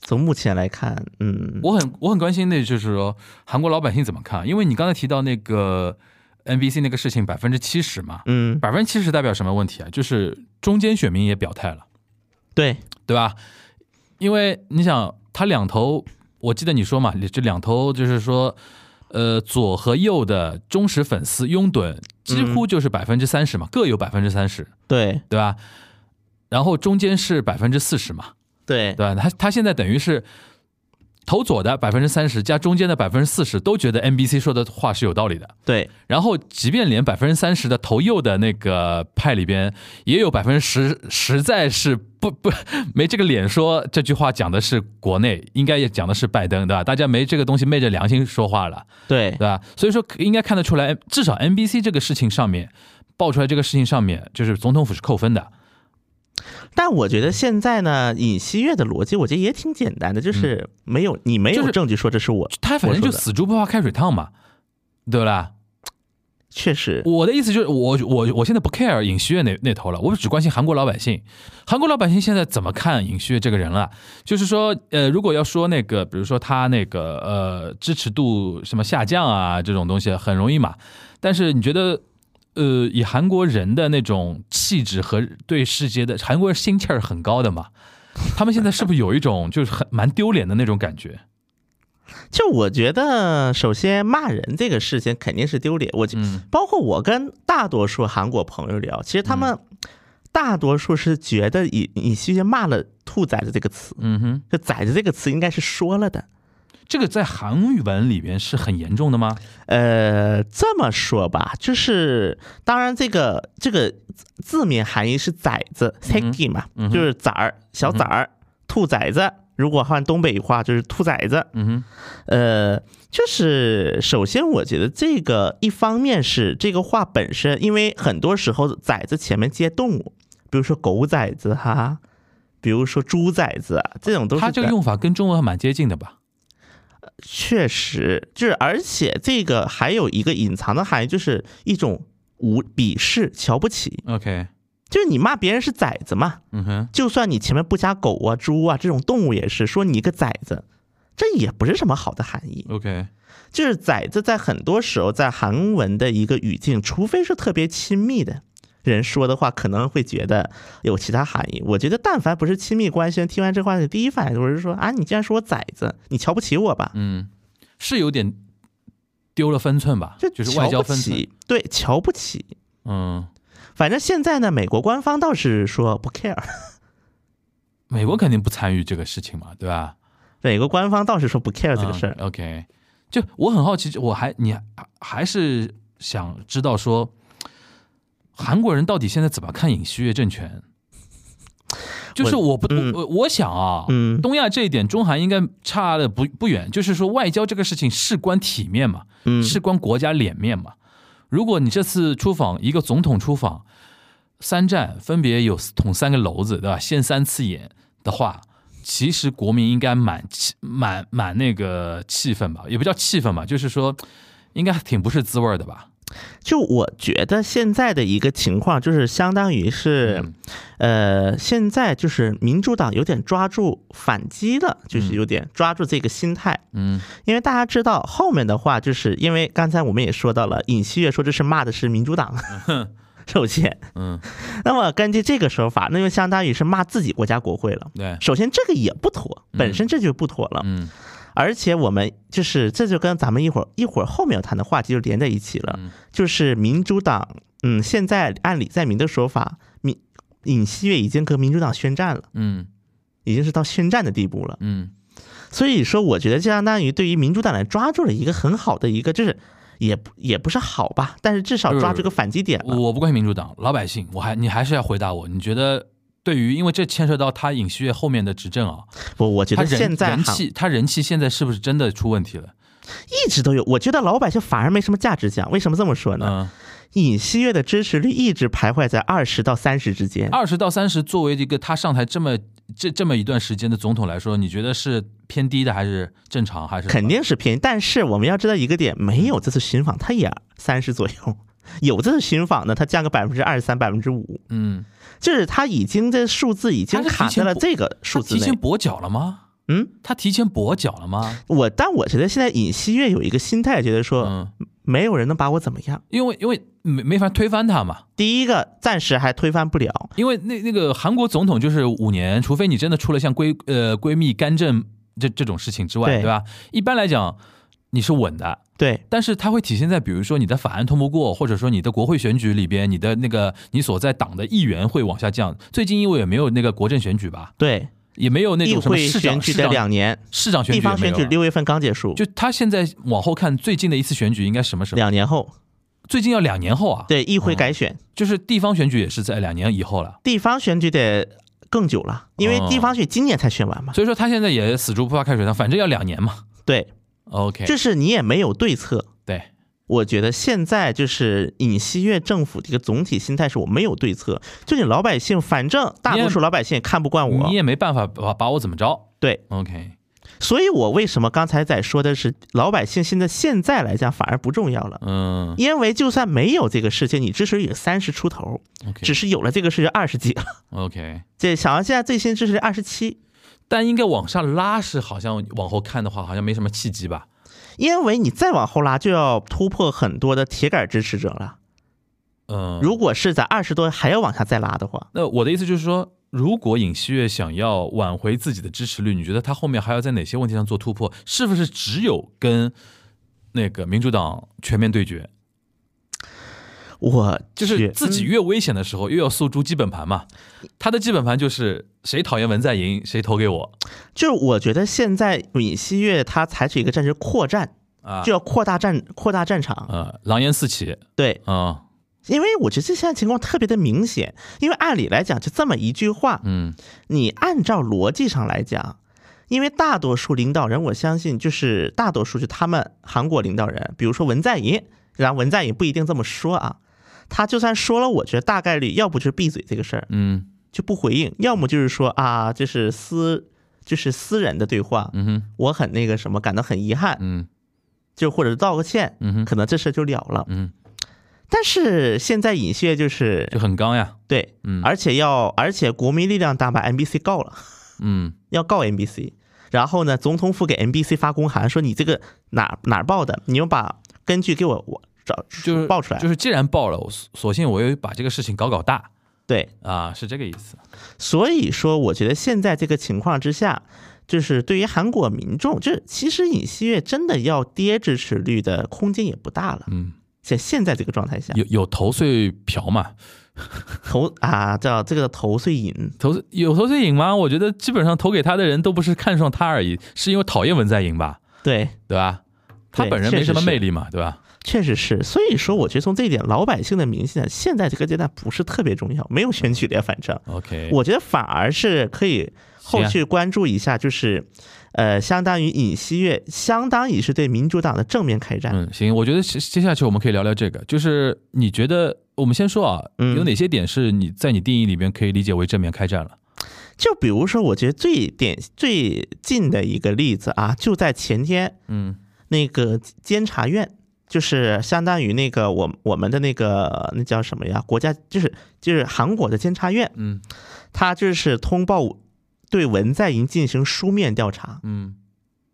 S4: 从目前来看，嗯，
S1: 我很我很关心的就是说韩国老百姓怎么看，因为你刚才提到那个 NBC 那个事情百分之七十嘛，
S4: 嗯，
S1: 百分之七十代表什么问题啊？就是中间选民也表态了，
S4: 对，
S1: 对吧？因为你想，他两头，我记得你说嘛，这两头就是说，呃，左和右的忠实粉丝拥趸几乎就是百分之三十嘛，各有百分之三十，
S4: 对，
S1: 对吧？然后中间是百分之四十嘛，
S4: 对，
S1: 对吧？他他现在等于是投左的百分之三十加中间的百分之四十都觉得 NBC 说的话是有道理的，
S4: 对，
S1: 然后，即便连百分之三十的投右的那个派里边，也有百分之十实在是不不没这个脸说这句话讲的是国内，应该也讲的是拜登，对吧？大家没这个东西昧着良心说话了，
S4: 对
S1: 对，吧？所以说应该看得出来，至少 NBC 这个事情上面爆出来这个事情上面，就是总统府是扣分的，
S4: 但我觉得现在呢，尹锡悦的逻辑，我觉得也挺简单的，就是没有你没
S1: 嗯就
S4: 有
S1: 是
S4: 证据说这是我，
S1: 他反正就
S4: 我说的
S1: 死猪不怕开水烫嘛，对吧？
S4: 确实
S1: 我的意思就是，我我我现在不 care 尹锡悦那那头了，我只关心韩国老百姓。韩国老百姓现在怎么看尹锡悦这个人了？就是说，呃，如果要说那个，比如说他那个呃支持度什么下降啊这种东西，很容易嘛。但是你觉得，呃，以韩国人的那种气质和对世界的韩国人心气儿很高的嘛，他们现在是不是有一种就是很蛮丢脸的那种感觉？
S4: 就我觉得，首先骂人这个事情肯定是丢脸，我就
S1: 嗯
S4: 包括我跟大多数韩国朋友聊，其实他
S1: 嗯
S4: 们大多数是觉得尹尹锡悦骂了“兔崽子”这个词，
S1: 嗯哼，
S4: 就“崽子”这个词应该是说了的，
S1: 这个在韩语文里面是很严重的吗？
S4: 呃，这么说吧，就是当然这个这个字面含义是崽子 s e
S1: 嗯
S4: k i 嘛，
S1: 嗯哼
S4: 就是崽儿、小崽儿、兔崽子。如果换东北话就是兔崽子。
S1: 嗯
S4: 呃，就是首先我觉得这个一方面是这个话本身，因为很多时候崽子前面接动物，比如说狗崽子哈。比如说猪崽子啊，这种都
S1: 哼，
S4: 是
S1: 它这个
S4: 崽
S1: 用法跟中文还蛮接近的吧？
S4: 确实，就是而且这个还有一个隐藏的含义，就是一种无鄙视、瞧不起。
S1: OK，
S4: 就是你骂别人是崽子嘛，
S1: 嗯哼，
S4: 就算你前面不加狗啊、猪啊这种动物也是，说你一个崽子，这也不是什么好的含义。
S1: OK，
S4: 就是崽子在很多时候在韩文的一个语境，除非是特别亲密的。人说的话可能会觉得有其他含义。我觉得，但凡不是亲密关系，听完这话的第一反应就是说：“啊，你竟然说我崽子，你瞧不起我吧？”
S1: 嗯，是有点丢了分寸吧？
S4: 这
S1: 就是外交
S4: 瞧不
S1: 分寸。
S4: 起，对，瞧不起。
S1: 嗯，
S4: 反正现在呢，美国官方倒是说不 care，
S1: 美国肯定不参与这个事情嘛，对吧？
S4: 美国官方倒是说不 care 这个事儿。
S1: 嗯 OK，就我很好奇，我还你还还是想知道说，韩国人到底现在怎么看尹锡悦政权？就是我不，
S4: 嗯
S1: 我我想啊，
S4: 嗯
S1: 东亚这一点，中韩应该差的不不远。就是说，外交这个事情事关体面嘛，
S4: 嗯，
S1: 事关国家脸面嘛。如果你这次出访一个总统出访，三站分别有捅三个篓子，对吧？现三次眼的话，其实国民应该蛮气蛮蛮那个气愤吧，也不叫气愤吧，就是说应该挺不是滋味儿的吧。
S4: 就我觉得现在的一个情况就是，相当于是，
S1: 嗯
S4: 呃，现在就是民主党有点抓住反击了，就是有点抓住这个心态。
S1: 嗯
S4: 因为大家知道后面的话，就是因为刚才我们也说到了，尹锡悦说这是骂的是民主党。 首先，
S1: 嗯，
S4: 那么根据这个说法，那就相当于是骂自己国家国会了。
S1: 对，
S4: 首先，这个也不妥，本身这就不妥了。
S1: 嗯
S4: 而且我们就是这就跟咱们一会儿一会儿后面要谈的话题就连在一起了，
S1: 嗯
S4: 就是民主党，嗯，现在按李在明的说法，民尹锡悦已经跟民主党宣战了，
S1: 嗯
S4: 已经是到宣战的地步了。
S1: 嗯
S4: 所以说，我觉得这相当于对于民主党来抓住了一个很好的一个，就是也不也不是好吧，但是至少抓住一个反击点
S1: 我
S4: 了。
S1: 我不关心民主党，老百姓，我还你还是要回答我，你觉得？对于，因为这牵涉到他尹锡悦后面的执政啊，
S4: 我我觉
S1: 他
S4: 得
S1: 人
S4: 现在
S1: 人
S4: 哈
S1: 气，他人气现在是不是真的出问题了？
S4: 一直都有，我觉得老百姓反而没什么价值讲。为什么这么说呢？
S1: 嗯，
S4: 尹锡悦的支持率一直徘徊在二十到三十之间。
S1: 二十到三十，作为一个他上台这么这这么一段时间的总统来说，你觉得是偏低的还是正常还是
S4: 肯定是便宜，但是我们要知道一个点，没有这次巡访，它也三十左右。有这次巡访呢，它降个百分之二十三、百分之五，
S1: 嗯，
S4: 就是它已经这数字已经
S1: 它是提前
S4: 卡在了
S1: 不
S4: 这个数
S1: 他
S4: 字
S1: 提前
S4: 内。
S1: 跛脚了吗？
S4: 嗯，
S1: 他提前跛脚了吗？
S4: 我但我觉得现在尹锡悦有一个心态，觉得说
S1: 嗯，
S4: 没有人能把我怎么样。
S1: 因为因为没没法推翻他嘛，
S4: 第一个，暂时还推翻不了。
S1: 因为那那个韩国总统就是五年，除非你真的出了像闺呃闺蜜干政这这种事情之外，
S4: 对
S1: 对吧？一般来讲你是稳的，
S4: 对，
S1: 但是它会体现在，比如说你的法案通不过，或者说你的国会选举里边，你的那个你所在党的议员会往下降。最近因为也没有那个国政选举吧，
S4: 对，
S1: 也没有那
S4: 议
S1: 种什么
S4: 会
S1: 市
S4: 选
S1: 长
S4: 举
S1: 市
S4: 的
S1: 长
S4: 两年，
S1: 市长选举也
S4: 地
S1: 没有啊
S4: 方选举六月份刚结束，
S1: 就他现在往后看，最近的一次选举应该什么时候？
S4: 两年后，
S1: 最近要两年后啊，，
S4: 对，议会改选，
S1: 就是地方选举也是在两年以后了。
S4: 地方选举得更久了，因为地方选今年才选完嘛。
S1: 所以说他现在也死猪不怕开水烫，反正要两年嘛。
S4: 对，
S1: OK，
S4: 就是你也没有对策。
S1: 对，
S4: 我觉得现在就是尹锡悦政府的一个总体心态是我没有对策，就你老百姓，反正大多数老百姓也看不惯
S1: 你
S4: 我，
S1: 也没办法把把我怎么着。
S4: 对，
S1: OK，
S4: 所以我为什么刚才在说的是老百姓现在现在来讲反而不重要了，
S1: 嗯
S4: 因为就算没有这个事情，你支持率也三十出头，只是有了这个事情二十几了，
S1: ，OK，OK，
S4: 这想要现在最新支持率二十七，
S1: 但应该往上拉是好像往后看的话，好像没什么契机吧？
S4: 因为你再往后拉就要突破很多的铁杆支持者了，
S1: 嗯，
S4: 如果是在二十多还要往下再拉的话，
S1: 那我的意思就是说，如果尹锡悦想要挽回自己的支持率，你觉得他后面还要在哪些问题上做突破？是不是只有跟那个民主党全面对决？
S4: 我
S1: 就是
S4: 去嗯
S1: 自己越危险的时候，越要诉诸基本盘嘛。他的基本盘就是谁讨厌文在寅，谁投给我
S4: 就是我觉得现在尹锡悦他采取一个战略扩战，
S1: 啊
S4: 就。要扩大战扩大战场。
S1: 呃，狼烟四起
S4: 对，
S1: 啊，
S4: 因为我觉得现在情况特别的明显，因为按理来讲就这么一句话，
S1: 嗯
S4: 你按照逻辑上来讲。因为大多数领导人，我相信就是大多数就他们韩国领导人，比如说文在寅，然后文在寅不一定这么说啊，他就算说了，我觉得大概率要不就是闭嘴这个事儿，
S1: 嗯
S4: 就不回应，要么就是说啊，这是私，就是私人的对话，
S1: 嗯哼
S4: 我很那个什么，感到很遗憾，
S1: 嗯
S4: 就或者道个歉，
S1: 嗯哼
S4: 可能这事就了了。
S1: 嗯，
S4: 但是现在尹锡悦就是
S1: 就很刚呀，
S4: 对，
S1: 嗯
S4: 而且要而且国民力量党把 NBC 告了，
S1: 嗯
S4: 要告 NBC。然后呢，总统府给 NBC 发公函说你这个哪儿哪儿报的，你们把根据给我我找
S1: 就是
S4: 报出来。
S1: 就是既然爆了，我索索性我也把这个事情搞搞大
S4: 对，
S1: 啊，是这个意思。
S4: 所以说，我觉得现在这个情况之下，就是对于韩国民众，就是其实尹锡悦真的要跌支持率的空间也不大了。
S1: 嗯，
S4: 在现在这个状态下，
S1: 有有头碎瓢嘛？
S4: 投啊叫这个投碎尹，
S1: 投有头碎影吗？我觉得基本上投给他的人都不是看上他而已，是因为讨厌文在寅吧，
S4: 对，
S1: 对吧？他
S4: 对
S1: 本人
S4: 确
S1: 没
S4: 实
S1: 什么
S4: 是
S1: 魅力嘛，对吧？
S4: 确实是。所以说，我觉得从这一点，老百姓的民心啊，现在这个阶段不是特别重要，没有选举了，反正
S1: OK，
S4: 我觉得反而是可以后续关注一下，就是呃，相当于尹锡悦，相当于是对民主党的正面开战。
S1: 嗯，行，我觉得接接下去我们可以聊聊这个，就是你觉得我们先说啊，
S4: 嗯
S1: 有哪些点是你在你定义里边可以理解为正面开战了？
S4: 就比如说，我觉得最典最近的一个例子啊，就在前天，
S1: 嗯
S4: 那个监察院就是相当于那个我我们的那个那叫什么呀？国家就是就是韩国的监察院，
S1: 嗯
S4: 它就是通报对文在寅进行书面调查，
S1: 嗯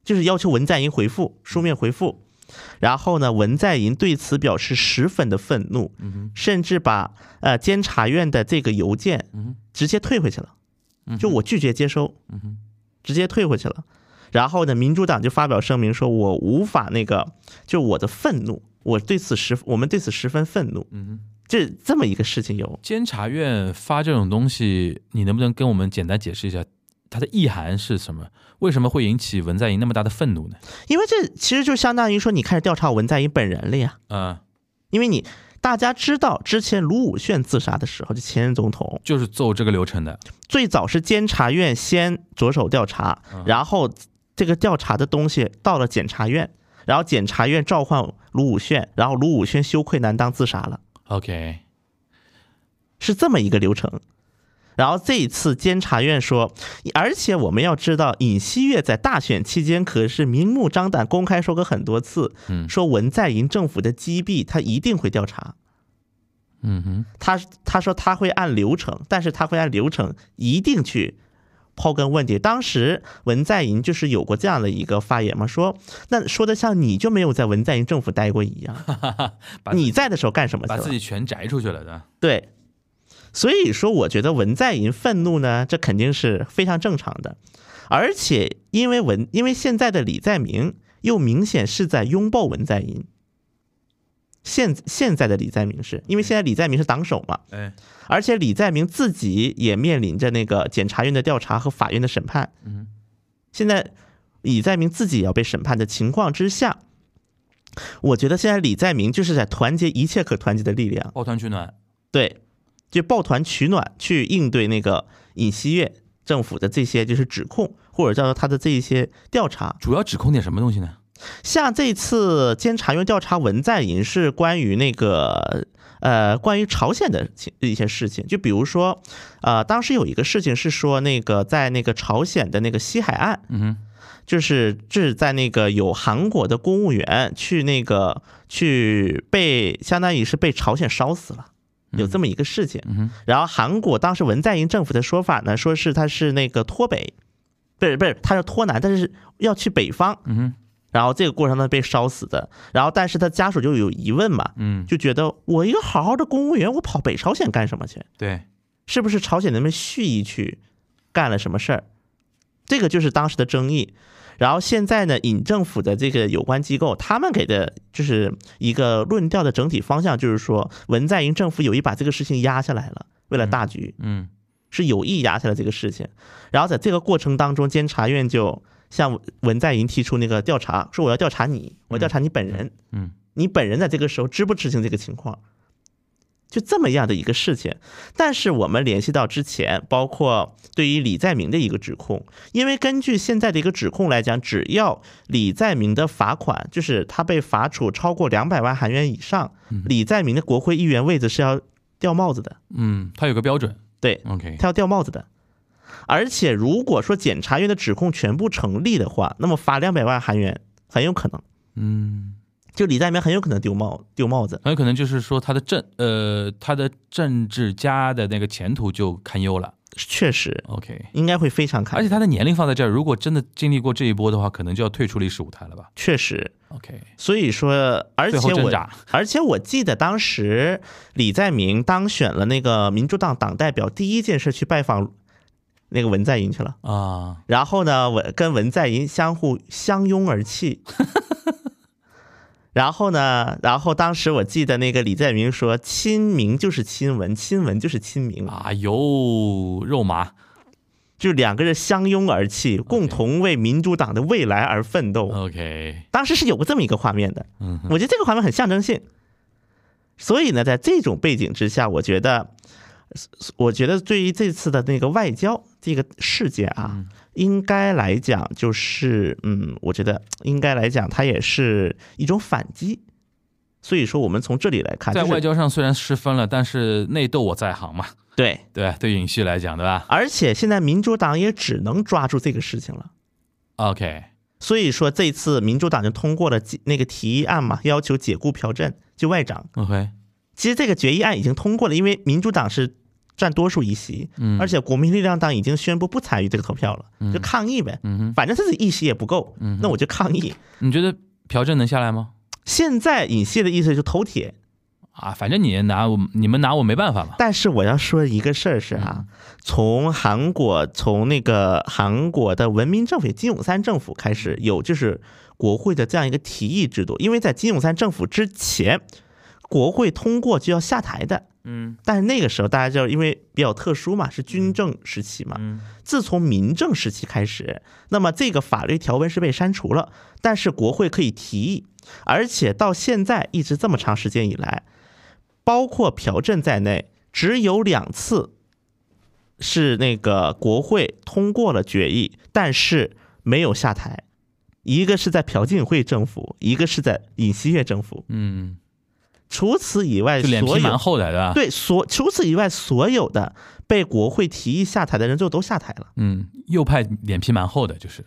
S4: 就是要求文在寅回复书面回复。然后呢，文在寅对此表示十分的愤怒，
S1: 嗯哼
S4: 甚至把呃监察院的这个邮件
S1: 嗯
S4: 直接退回去了，
S1: 哼，
S4: 就我拒绝接收。
S1: 嗯哼
S4: 直接退回去了。然后呢，民主党就发表声明说，我无法那个，就我的愤怒，我对此十，我们对此十分愤怒，
S1: 嗯哼。
S4: 这这么一个事情有。
S1: 监察院发这种东西，你能不能跟我们简单解释一下它的意涵是什么？为什么会引起文在寅那么大的愤怒呢？
S4: 因为这其实就相当于说你开始调查文在寅本人了呀，
S1: 嗯、
S4: 因为你大家知道之前卢武铉自杀的时候，就前任总统
S1: 就是走这个流程的。
S4: 最早是监察院先着手调查，然后这个调查的东西到了检察院，然后检察院召唤卢武铉，然后卢武铉羞愧难当自杀了。
S1: OK，
S4: 是这么一个流程。然后这一次监察院说，而且我们要知道，尹锡悦在大选期间可是明目张胆公开说过很多次，
S1: 嗯
S4: 说文在寅政府的击毙，他一定会调查。
S1: 嗯哼，
S4: 他他说他会按流程，但是他会按流程一定去刨根问底。当时文在寅就是有过这样的一个发言嘛，说那说的像你就没有在文在寅政府待过一样，
S1: 把
S4: 你在的时候干什么去
S1: 把
S4: 了
S1: 自？己全摘出去了的。
S4: 对，所以说我觉得文在寅愤怒呢，这肯定是非常正常的，而且因为文，因为现在的李在明又明显是在拥抱文在寅。现现在的李在明是因为现在李在明是党首嘛，
S1: 哎，
S4: 而且李在明自己也面临着那个检察院的调查和法院的审判。
S1: 嗯，
S4: 现在李在明自己也要被审判的情况之下，我觉得现在李在明就是在团结一切可团结的力量。
S1: 抱团取暖。
S4: 对，就抱团取暖去应对那个尹锡悦政府的这些就是指控，或者叫做他的这一些调查。
S1: 主要指控点什么东西呢？
S4: 像这次监察院调查文在寅是关于那个呃关于朝鲜的情一些事情，就比如说呃当时有一个事情是说那个在那个朝鲜的那个西海岸，
S1: 嗯哼，
S4: 就是这是在那个有韩国的公务员去那个去被相当于是被朝鲜烧死了，有这么一个事情。
S1: 嗯哼，
S4: 然后韩国当时文在寅政府的说法呢，说是他是那个脱北，不是不是，他是脱南，但是要去北方。
S1: 嗯哼，
S4: 然后这个过程呢被烧死的，然后但是他家属就有疑问嘛，
S1: 嗯，
S4: 就觉得我一个好好的公务员，我跑北朝鲜干什么去？
S1: 对，
S4: 是不是朝鲜人民蓄意去干了什么事儿？这个就是当时的争议。然后现在呢，尹政府的这个有关机构，他们给的就是一个论调的整体方向，就是说文在寅政府有意把这个事情压下来了，为了大局
S1: 嗯
S4: 是有意压下来这个事情。然后在这个过程当中，监察院就向文在寅提出那个调查，说我要调查你，我要调查你本人，
S1: 嗯
S4: 你本人在这个时候知不知情这个情况？就这么样的一个事情，但是我们联系到之前，包括对于李在明的一个指控，因为根据现在的一个指控来讲，只要李在明的罚款，就是他被罚处超过两百万韩元以上，李在明的国会议员位置是要掉帽子的，
S1: 嗯，它有个标准
S4: 对
S1: ，OK，
S4: 他要掉帽子的。而且如果说检察院的指控全部成立的话，那么罚两百万韩元很有可能，
S1: 嗯，
S4: 就李在明很有可能丢帽丢帽子。
S1: 很有可能就是说他的政呃他的政治家的那个前途就堪忧了
S4: 确实，
S1: ，OK。
S4: 应该会非常
S1: 而
S4: 看，
S1: 且他的年龄放在这儿，如果真的经历过这一波的话，可能就要退出历史舞台了吧
S4: 确实。
S1: ？OK，
S4: 所以说，而
S1: 最后
S4: 且
S1: 挣
S4: 我
S1: 扎，
S4: 而且我记得当时李在明当选了那个民主党党代表，第一件事去拜访那个文在寅去了，
S1: 啊，
S4: 然后呢，文跟文在寅相互相拥而泣。然后呢？然后当时我记得那个李在明说：“亲民就是亲文，亲文就是亲民，
S1: 啊哟，肉麻
S4: 就两个人相拥而泣，共同为民主党的未来而奋
S1: 哦
S4: 斗。”
S1: ，OK，
S4: 当时是有过这么一个画面的，
S1: 嗯哼
S4: 我觉得这个画面很象征性。所以呢，在这种背景之下，我觉得，我觉得对于这次的那个外交这个事件啊，
S1: 嗯
S4: 应该来讲就是，嗯，我觉得应该来讲，它也是一种反击。所以说，我们从这里来看，
S1: 在
S4: 啊就是
S1: 外交上虽然失分了，但是内斗我在行嘛，
S4: 对，
S1: 对，对尹旭来讲，对吧
S4: 而且现在民主党也只能抓住这个事情了。
S1: ？OK，
S4: 所以说，这次民主党就通过了解那个提议案嘛，要求解雇朴正就外长。
S1: OK，
S4: 其实这个决议案已经通过了，因为民主党是占多数一席，
S1: 嗯
S4: 而且国民力量党已经宣布不参与这个投票了，就抗议呗。
S1: 嗯哼，嗯
S4: 反正自己一席也不够，那我就抗议。
S1: 你觉得朴正能下来吗？
S4: 现在尹锡悦的意思就是头铁，
S1: 啊，反正你也拿我，你们拿我没办法嘛。
S4: 但是我要说一个事儿是啊，从韩国从那个韩国的文民政府金泳三政府开始有就是国会的这样一个提议制度，因为在金泳三政府之前，国会通过就要下台的，
S1: 嗯
S4: 但是那个时候大家就因为比较特殊嘛，是军政时期嘛。
S1: 嗯
S4: 自从民政时期开始，那么这个法律条文是被删除了，但是国会可以提议，而且到现在一直这么长时间以来，包括朴正在内，只有两次是那个国会通过了决议，但是没有下台。一个是在朴槿惠政府，一个是在尹锡悦政府。
S1: 嗯，
S4: 除此以外，
S1: 就脸
S4: 所
S1: 皮
S4: 有
S1: 蛮厚的，对吧？，
S4: 对，所除此以外，所有的被国会提议下台的人最后都下台了。
S1: 嗯，右派脸皮蛮厚的，就是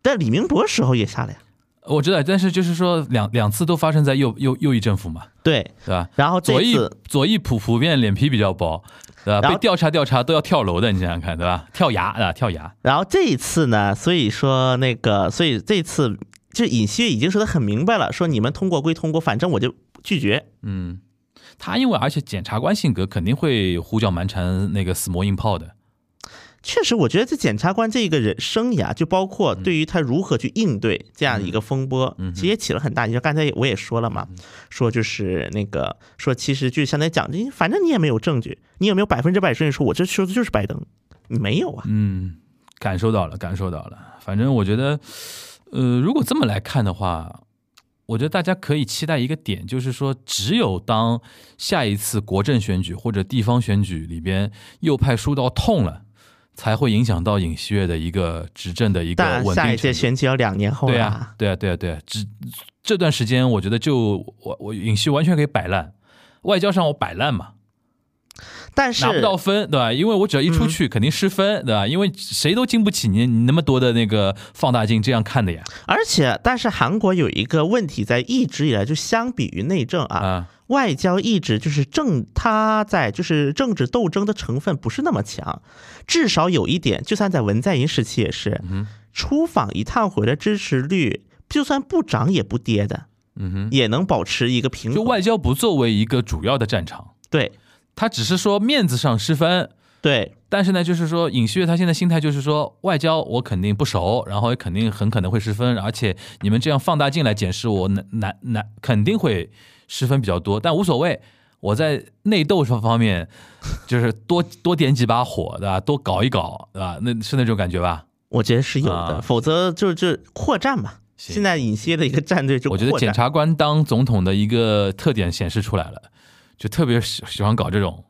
S4: 但李明博时候也下了呀。
S1: 我知道，但是就是说两两次都发生在右右右翼政府嘛，
S4: 对，
S1: 对吧？
S4: 然后这
S1: 左翼
S4: 次
S1: 左翼普普遍脸皮比较薄，对吧？
S4: 然后
S1: 被调查调查都要跳楼的，你想想看，对吧？跳崖啊，跳崖，
S4: 然后这一次呢，所以说那个，所以这次就尹锡悦已经说的很明白了，说你们通过归通过，反正我就拒绝。
S1: 嗯。他因为而且检察官性格肯定会胡搅蛮缠，那个死磨硬泡的。
S4: 确实，我觉得这检察官这个人生涯，就包括对于他如何去应对这样一个风波，
S1: 嗯
S4: 其实也起了很大影响。刚才我也说了嘛，说就是那个说，其实就相当于讲，你反正你也没有证据，你有没有百分之百证据说我这说的就是拜登？你没有啊。
S1: 嗯，感受到了，感受到了。反正我觉得，呃，如果这么来看的话，我觉得大家可以期待一个点，就是说，只有当下一次国政选举或者地方选举里边右派输到痛了，才会影响到尹锡悦的一个执政的一个
S4: 但
S1: 稳定
S4: 下一
S1: 程度
S4: 届选举要两年后
S1: 对
S4: 了
S1: 啊，对啊，对啊，对啊，只这段时间我觉得就我我尹锡完全可以摆烂，外交上我摆烂嘛，
S4: 但是
S1: 拿不到分，对吧？因为我只要一出去，肯定失分，对吧？因为谁都经不起你你那么多的那个放大镜这样看的呀。
S4: 而且但是韩国有一个问题，在一直以来就相比于内政啊，
S1: 啊，
S4: 外交一直就是政，它在就是政治斗争的成分不是那么强，至少有一点，就算在文在寅时期也是，
S1: 嗯
S4: 出访一趟回来支持率就算不涨也不跌的，
S1: 嗯
S4: 也能保持一个平
S1: 哼，就
S4: 衡。
S1: 外交不作为一个主要的战场，
S4: 对
S1: 他只是说面子上失分，
S4: 对，
S1: 但是呢，就是说尹锡悦他现在心态就是说，外交我肯定不熟，然后也肯定很可能会失分，而且你们这样放大镜来检视我，难难难肯定会失分比较多，但无所谓。我在内斗这方面，就是多多点几把火，对吧？多搞一搞，对吧？那是那种感觉吧？
S4: 我觉得是有的，
S1: 啊
S4: 否则就就扩战嘛。
S1: 行
S4: 现在尹锡悦的一个战队就
S1: 我觉
S4: 扩战，
S1: 得检察官当总统的一个特点显示出来了，就特别喜喜欢搞这种，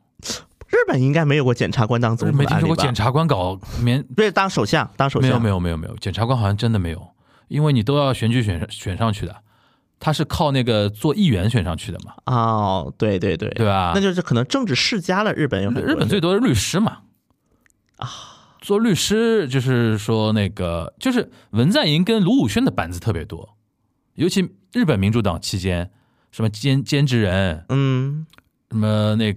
S4: 日本应该没有过检察官当总
S1: 就是
S4: 统
S1: 没
S4: 的
S1: 听
S4: 案
S1: 说
S4: 例
S1: 过
S4: 吧
S1: 检？察官搞 免
S4: 对，当首相，当首
S1: 没有
S4: 相
S1: 没有没有没有，检察官好像真的没有，因为你都要选举选上选上去的，他是靠那个做议员选上去的嘛，
S4: 哦，对对对，
S1: 对吧？
S4: 那就是可能政治世家了。日本有很多
S1: 日本最多是律师嘛，啊，做律师就是说那个就是文在寅跟卢武铉的板子特别多，尤其日本民主党期间，什么兼兼职人，
S4: 嗯
S1: 什么那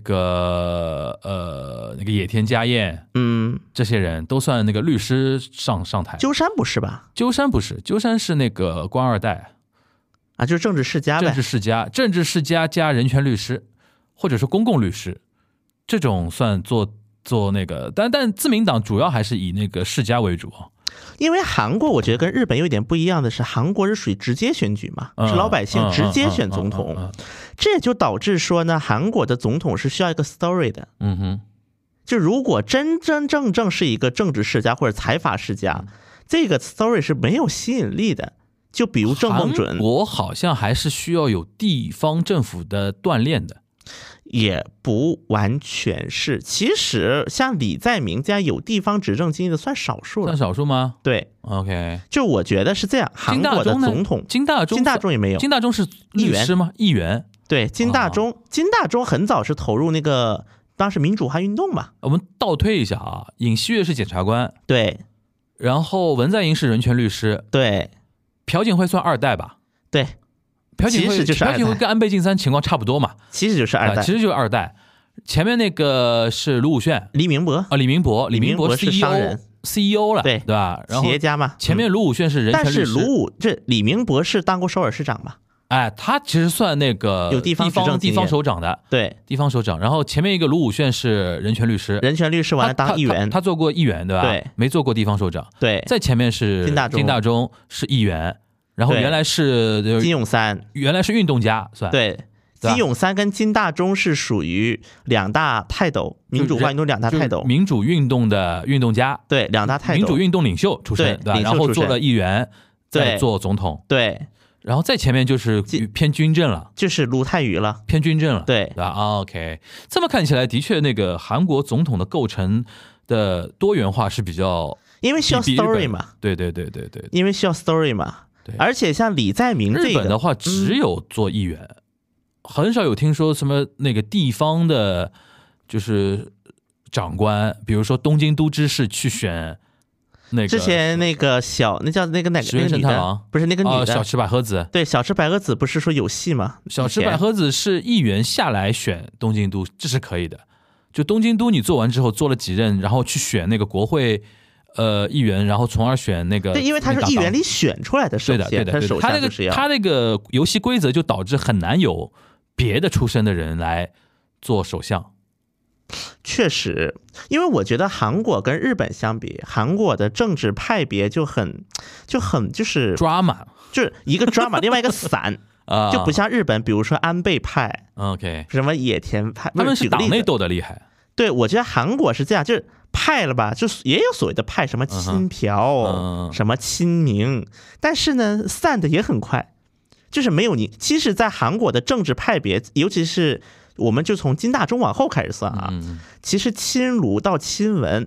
S1: 个呃那个野田佳彦，
S4: 嗯，
S1: 这些人都算那个律师上上台。
S4: 鸠山不是吧？
S1: 鸠山不是，鸠山是那个官二代。
S4: 啊，就是政治世家
S1: 政
S4: 呗
S1: 治。世家、政治世家加人权律师，或者说公共律师，这种算做做那个，但但自民党主要还是以那个世家为主啊。
S4: 因为韩国我觉得跟日本有一点不一样的是，韩国是属于直接选举嘛，
S1: 嗯
S4: 是老百姓
S1: 嗯
S4: 直接
S1: 嗯
S4: 选
S1: 嗯
S4: 总
S1: 嗯
S4: 统，
S1: 嗯
S4: 这也就导致说呢，韩国的总统是需要一个 story 的。
S1: 嗯哼，
S4: 就如果真真正正是一个政治世家或者财阀世家，
S1: 嗯
S4: 这个 story 是没有吸引力的。就比如郑梦
S1: 韩
S4: 准
S1: 国好像还是需要有地方政府的锻炼的。
S4: 也不完全是，其实像李在明这样有地方执政经历的算少数
S1: 算
S4: 了。
S1: 少数吗
S4: 对，
S1: ？OK，
S4: 就我觉得是这样，韩
S1: 金大
S4: 国的
S1: 中呢
S4: 总统
S1: 金大中
S4: 金大中也没有。
S1: 金大哦中是律师吗？议员？
S4: 对，金大中，金大中很早是投入那个当时民主化运动嘛。
S1: 我们倒推一下啊，尹锡悦是检察官，
S4: 对
S1: 然后文在寅是人权律师，
S4: 对
S1: 朴槿惠算二代吧？
S4: 对，
S1: 朴槿
S4: 其实
S1: 惠
S4: 就是二代
S1: 朴槿惠跟安倍晋三情况差不多嘛，
S4: 其实就是
S1: 啊，
S4: 二代
S1: 其。实就是二代。前面那个是卢武铉
S4: 黎明博，
S1: 啊，李明博，李
S4: 明
S1: 明博 E
S4: 博是商
S1: CEO
S4: 人
S1: CEO 了，
S4: 对
S1: 对吧？然后
S4: 企业家嘛。
S1: 前面
S4: 嗯
S1: 卢武铉是人权
S4: 但
S1: 律
S4: 是
S1: 师
S4: 卢武这李明博士当过首尔市长嘛？
S1: 哎，他其实算那个
S4: 有地
S1: 地
S4: 方执政
S1: 方
S4: 经
S1: 地
S4: 验
S1: 方首长的
S4: 对，
S1: 地方首长。然后前面一个卢武铉是人权律师，
S4: 人权律师完
S1: 他
S4: 了当议
S1: 他
S4: 员
S1: 他，他做过议员对吧？
S4: 对，
S1: 没做过地方首长。
S4: 对，
S1: 再前面是
S4: 金大中
S1: 金大中是议员，然后
S4: 对
S1: 原来是
S4: 金
S1: 呃
S4: 泳三，
S1: 原来是运动家算，
S4: 对，
S1: 对吧
S4: 金泳三跟金大中是属于两大泰斗，
S1: 就
S4: 民主化
S1: 人
S4: 运动两大
S1: 就是
S4: 泰斗，
S1: 民主运动的运动家，
S4: 对，两大泰
S1: 民
S4: 斗
S1: 主，运动领袖出身，
S4: 对
S1: 对吧？
S4: 领袖
S1: 然后
S4: 出身
S1: 做了议员，再
S4: 对
S1: 做总统，
S4: 对，
S1: 然后再前面就是
S4: 进
S1: 偏军政了，
S4: 就是卢泰愚了，
S1: 偏军政了，
S4: 对
S1: 吧啊？OK，这么看起来，的确那个韩国总统的构成的多元化是比较
S4: 因为需要
S1: 比比日本
S4: story 嘛，
S1: 对对对对对。
S4: 因为需要 story 嘛
S1: 对，
S4: 而且像李在明这
S1: 日本的
S4: 个，
S1: 话，只有做议员，很少有听说什么那个地方的，就是长官，比如说东京都知事去选那个
S4: 之前那个小那叫那个哪个
S1: 石
S4: 那
S1: 原
S4: 个
S1: 慎
S4: 女
S1: 太
S4: 的
S1: 郎，
S4: 不是那个
S1: 啊
S4: 女
S1: 小
S4: 的，
S1: 池百合子，
S4: 对，小池百合子不是说有戏吗？
S1: 小池
S4: 以前
S1: 百合子是议员下来选东京都，这是可以的。就东京都你做完之后，做了几任，然后去选那个国会呃议员，然后从而选那个
S4: 对，因为他是
S1: 那个
S4: 议员
S1: 党
S4: 里选出来的，首
S1: 对的对
S4: 先
S1: 的对
S4: 他
S1: 的
S4: 首
S1: 他那
S4: 相
S1: 个
S4: 就是要
S1: 他那个游戏规则就导致很难有别的出身的人来做首相。
S4: 确实，因为我觉得韩国跟日本相比，韩国的政治派别就很就很就是
S1: 抓马
S4: 就是一个 drama，另外一个散，
S1: 啊，
S4: 就不像日本，比如说安倍派、
S1: OK，
S4: 什么野田派，
S1: 他
S4: 不
S1: 们
S4: 是举
S1: 是
S4: 个
S1: 党
S4: 例
S1: 内
S4: 子。
S1: 斗的厉害，
S4: 对，我觉得韩国是这样，就是派了吧，就是也有所谓的派，什么
S1: 哼
S4: 亲朴、
S1: 嗯
S4: 什么亲民，但是呢，散的也很快，就是没有你。其实，在韩国的政治派别，尤其是我们就从金大中往后开始算啊，
S1: 嗯，
S4: 其实亲卢到亲文，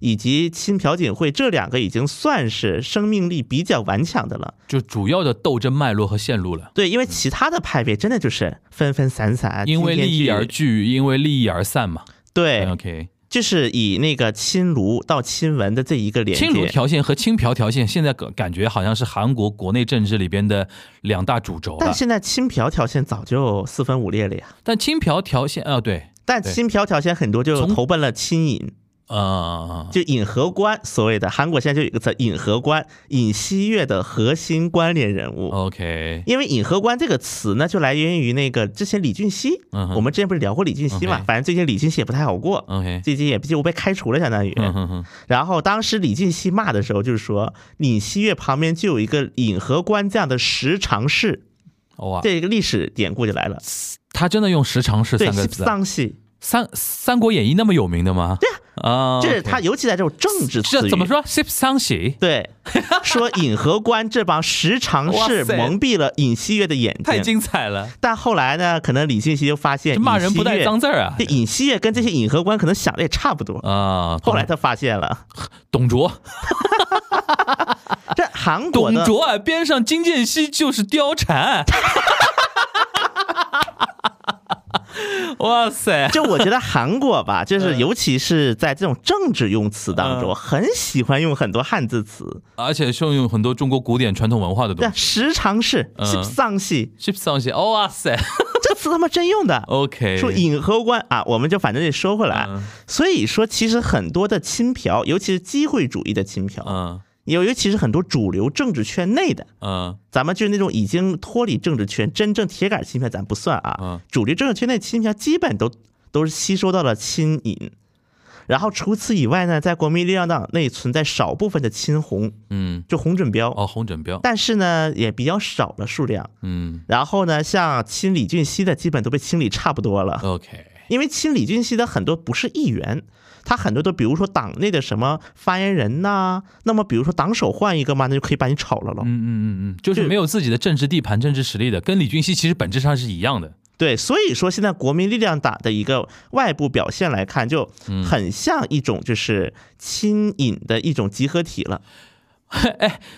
S4: 以及亲朴槿惠这两个已经算是生命力比较顽强的了。
S1: 就主要的斗争脉络和线路了。
S4: 对，因为其他的派别真的就是分分散散，
S1: 因为
S4: 啊今天
S1: 利益
S4: 聚
S1: 而聚，因为利益而散嘛。
S4: 对，
S1: OK，
S4: 就是以那个亲卢到亲文的这一个连
S1: 青卢
S4: 接。
S1: 条线和青朴条线，现在感感觉好像是韩国国内政治里边的两大主轴
S4: 但
S1: 了。
S4: 现在亲朴条线早就四分五裂了呀，
S1: 但青朴条线啊，对，
S4: 但
S1: 对
S4: 亲朴条线很多就
S1: 从
S4: 投奔了亲尹，
S1: 啊，
S4: 就尹和官，所谓的韩国现在就有一个词“尹和官”，尹锡悦的核心关联人
S1: 啊
S4: 物。
S1: OK，
S4: 因为“尹和官”这个词呢，就来源于那个之前李俊熙，
S1: 嗯哼嗯
S4: 我们之前不是聊过李俊熙嘛
S1: OK
S4: 反正最近李俊熙也不太好过，
S1: OK，
S4: 最近也几乎被开除了，相当于。
S1: 嗯哼哼，
S4: 然后当时李俊熙骂的时候，就是说尹锡悦旁边就有一个尹和官这样的十常侍，
S1: 哇，
S4: 这个历史典故就来了。
S1: 他真的用十常侍
S4: 对，
S1: 三个
S4: 西
S1: 字，啊
S4: 丧系，
S1: 三《三国演义》那么有名的吗？对啊，
S4: 这是他，尤其在这种政治词
S1: 这
S4: 语。
S1: 怎么？说？Sip 丧喜，
S4: 对，说尹和官这帮十常侍
S1: 哇塞
S4: 蒙蔽了尹锡悦的眼
S1: 太精
S4: 睛。
S1: 彩了！
S4: 但后来呢，可能李俊熙就发现
S1: 这骂人不带脏
S4: 字。
S1: 字儿啊
S4: 这！尹锡悦跟这些尹和官可能想的也差不多。
S1: 啊，
S4: 后来他发现了，
S1: 董卓，嗯
S4: 这韩国
S1: 董
S4: 的
S1: 卓啊，边上金建熙就是貂蝉。 哇塞！
S4: 就我觉得韩国吧，就是
S1: 嗯
S4: 尤其是在这种政治用词当中，
S1: 嗯
S4: 很喜欢用很多汉字词。
S1: 而且是用很多中国古典传统文化的
S4: 对
S1: 东
S4: 啊，
S1: 西。
S4: 时常是
S1: 嗯
S4: 是丧戏，
S1: Sip 丧喜，哦哇塞
S4: 这词他妈真 用的。
S1: ，OK，
S4: 说尹和官啊，我们就反正得说回来
S1: 哎嗯。
S4: 所以说，其实很多的亲朴，尤其是机会主义的亲朴，
S1: 嗯
S4: 尤尤其是很多主流政治圈内的，
S1: 嗯
S4: 咱们就是那种已经脱离政治圈，真正铁杆亲朴咱不算啊
S1: 嗯。
S4: 主流政治圈内亲朴基本都都是吸收到了亲尹，然后除此以外呢，在国民力量党内存在少部分的亲红，
S1: 嗯，
S4: 就红准标，
S1: 哦，红枕标，
S4: 但是呢也比较少了数量。
S1: 嗯
S4: 然后呢，像亲李俊熙的基本都被清理差不多了，
S1: ，OK，
S4: 因为亲李俊熙的很多不是议员。他很多都，比如说党内的什么发言人呐、那么比如说党首换一个嘛，那就可以把你炒了喽。
S1: 嗯嗯嗯嗯，就是
S4: 就
S1: 没有自己的政治地盘、政治实力的，跟李俊熙其实本质上是一样的。
S4: 对，所以说现在国民力量党的一个外部表现来看，就
S1: 嗯
S4: 很像一种就是亲尹的一种集合体了。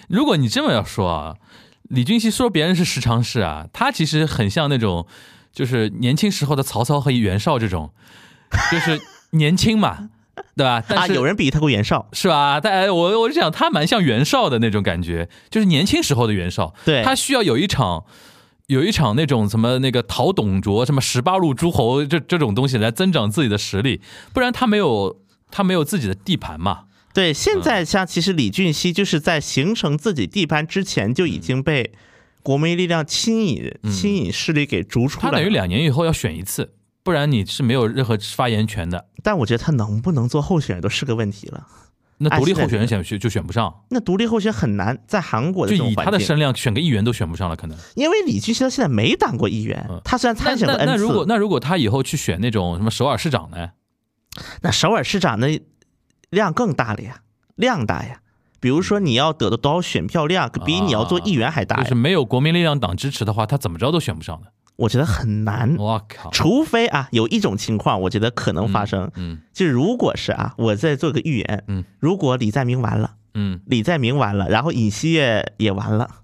S1: 如果你这么要说啊，李俊熙说别人是时常事啊，他其实很像那种，就是年轻时候的曹操和袁绍这种， 就是年轻嘛，对 吧？但
S4: 啊，
S1: 是、
S4: 有人比他过袁绍，
S1: 是吧？但哎我我是想他蛮像袁绍的那种感觉，就是年轻时候的袁绍，
S4: 对
S1: 他需要有一场。有一场那种什么那个讨董卓什么十八路诸侯这这种东西来增长自己的实力，不然他没有他没有自己的地盘嘛。
S4: 对，
S1: 嗯
S4: 现在像其实李俊熙就是在形成自己地盘之前就
S1: 嗯
S4: 已经被国民力量亲尹亲尹势力给逐出
S1: 他等于
S4: 来了。
S1: 两年以后要选一次，不然你是没有任何发言权的。
S4: 但我觉得他能不能做候选人都是个问题了。
S1: 那独立候选
S4: 哎
S1: 人
S4: 是
S1: 选选就选不上，
S4: 那独立候选很难，在韩国的
S1: 就
S4: 这种
S1: 以他的
S4: 环境，
S1: 声量选个议员都选不上了，可能。
S4: 因为李俊熙他现在没当过议员
S1: 嗯，
S4: 他虽然
S1: 那
S4: 参选
S1: 那
S4: 过 N 次，哎
S1: 那如果那如果他以后去选那种什么首尔市长呢？
S4: 那首尔市长的量更大了呀，量大呀。比如说你要得到多少选票量，比你要做议员还大
S1: 啊就
S4: 呀。
S1: 是没有国民力量党支持的话，他怎么着都选不上的。
S4: 我觉得很难，
S1: 我靠！
S4: 除非啊有一种情况，我觉得可能发生，
S1: 嗯
S4: 就是如果是啊，我再做个预言，
S1: 嗯，
S4: 如果李在明完了，
S1: 嗯，
S4: 李在明完了，然后尹锡悦也完了，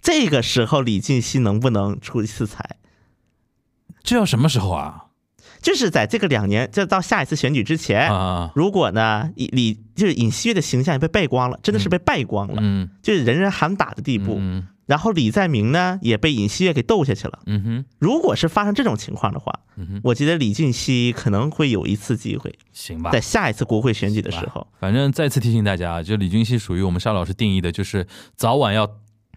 S4: 这个时候李进熙能不能出一次彩？
S1: 这要什么时候啊？
S4: 就是在这个两年，就到下一次选举之前，
S1: 啊，
S4: 如果呢，李李就是尹锡悦的形象也被败光了，真的是被败光了，
S1: 嗯
S4: 就是人人喊打的地步。
S1: 嗯
S4: 然后李在明呢也被尹锡悦给斗下去了。
S1: 嗯哼
S4: 如果是发生这种情况的话，
S1: 嗯哼，
S4: 我觉得李俊熙可能会有一次机会，
S1: 行吧
S4: 在。下一次国会选举的时候，
S1: 反正再次提醒大家啊，就李俊熙属于我们沙老师定义的，就是早晚要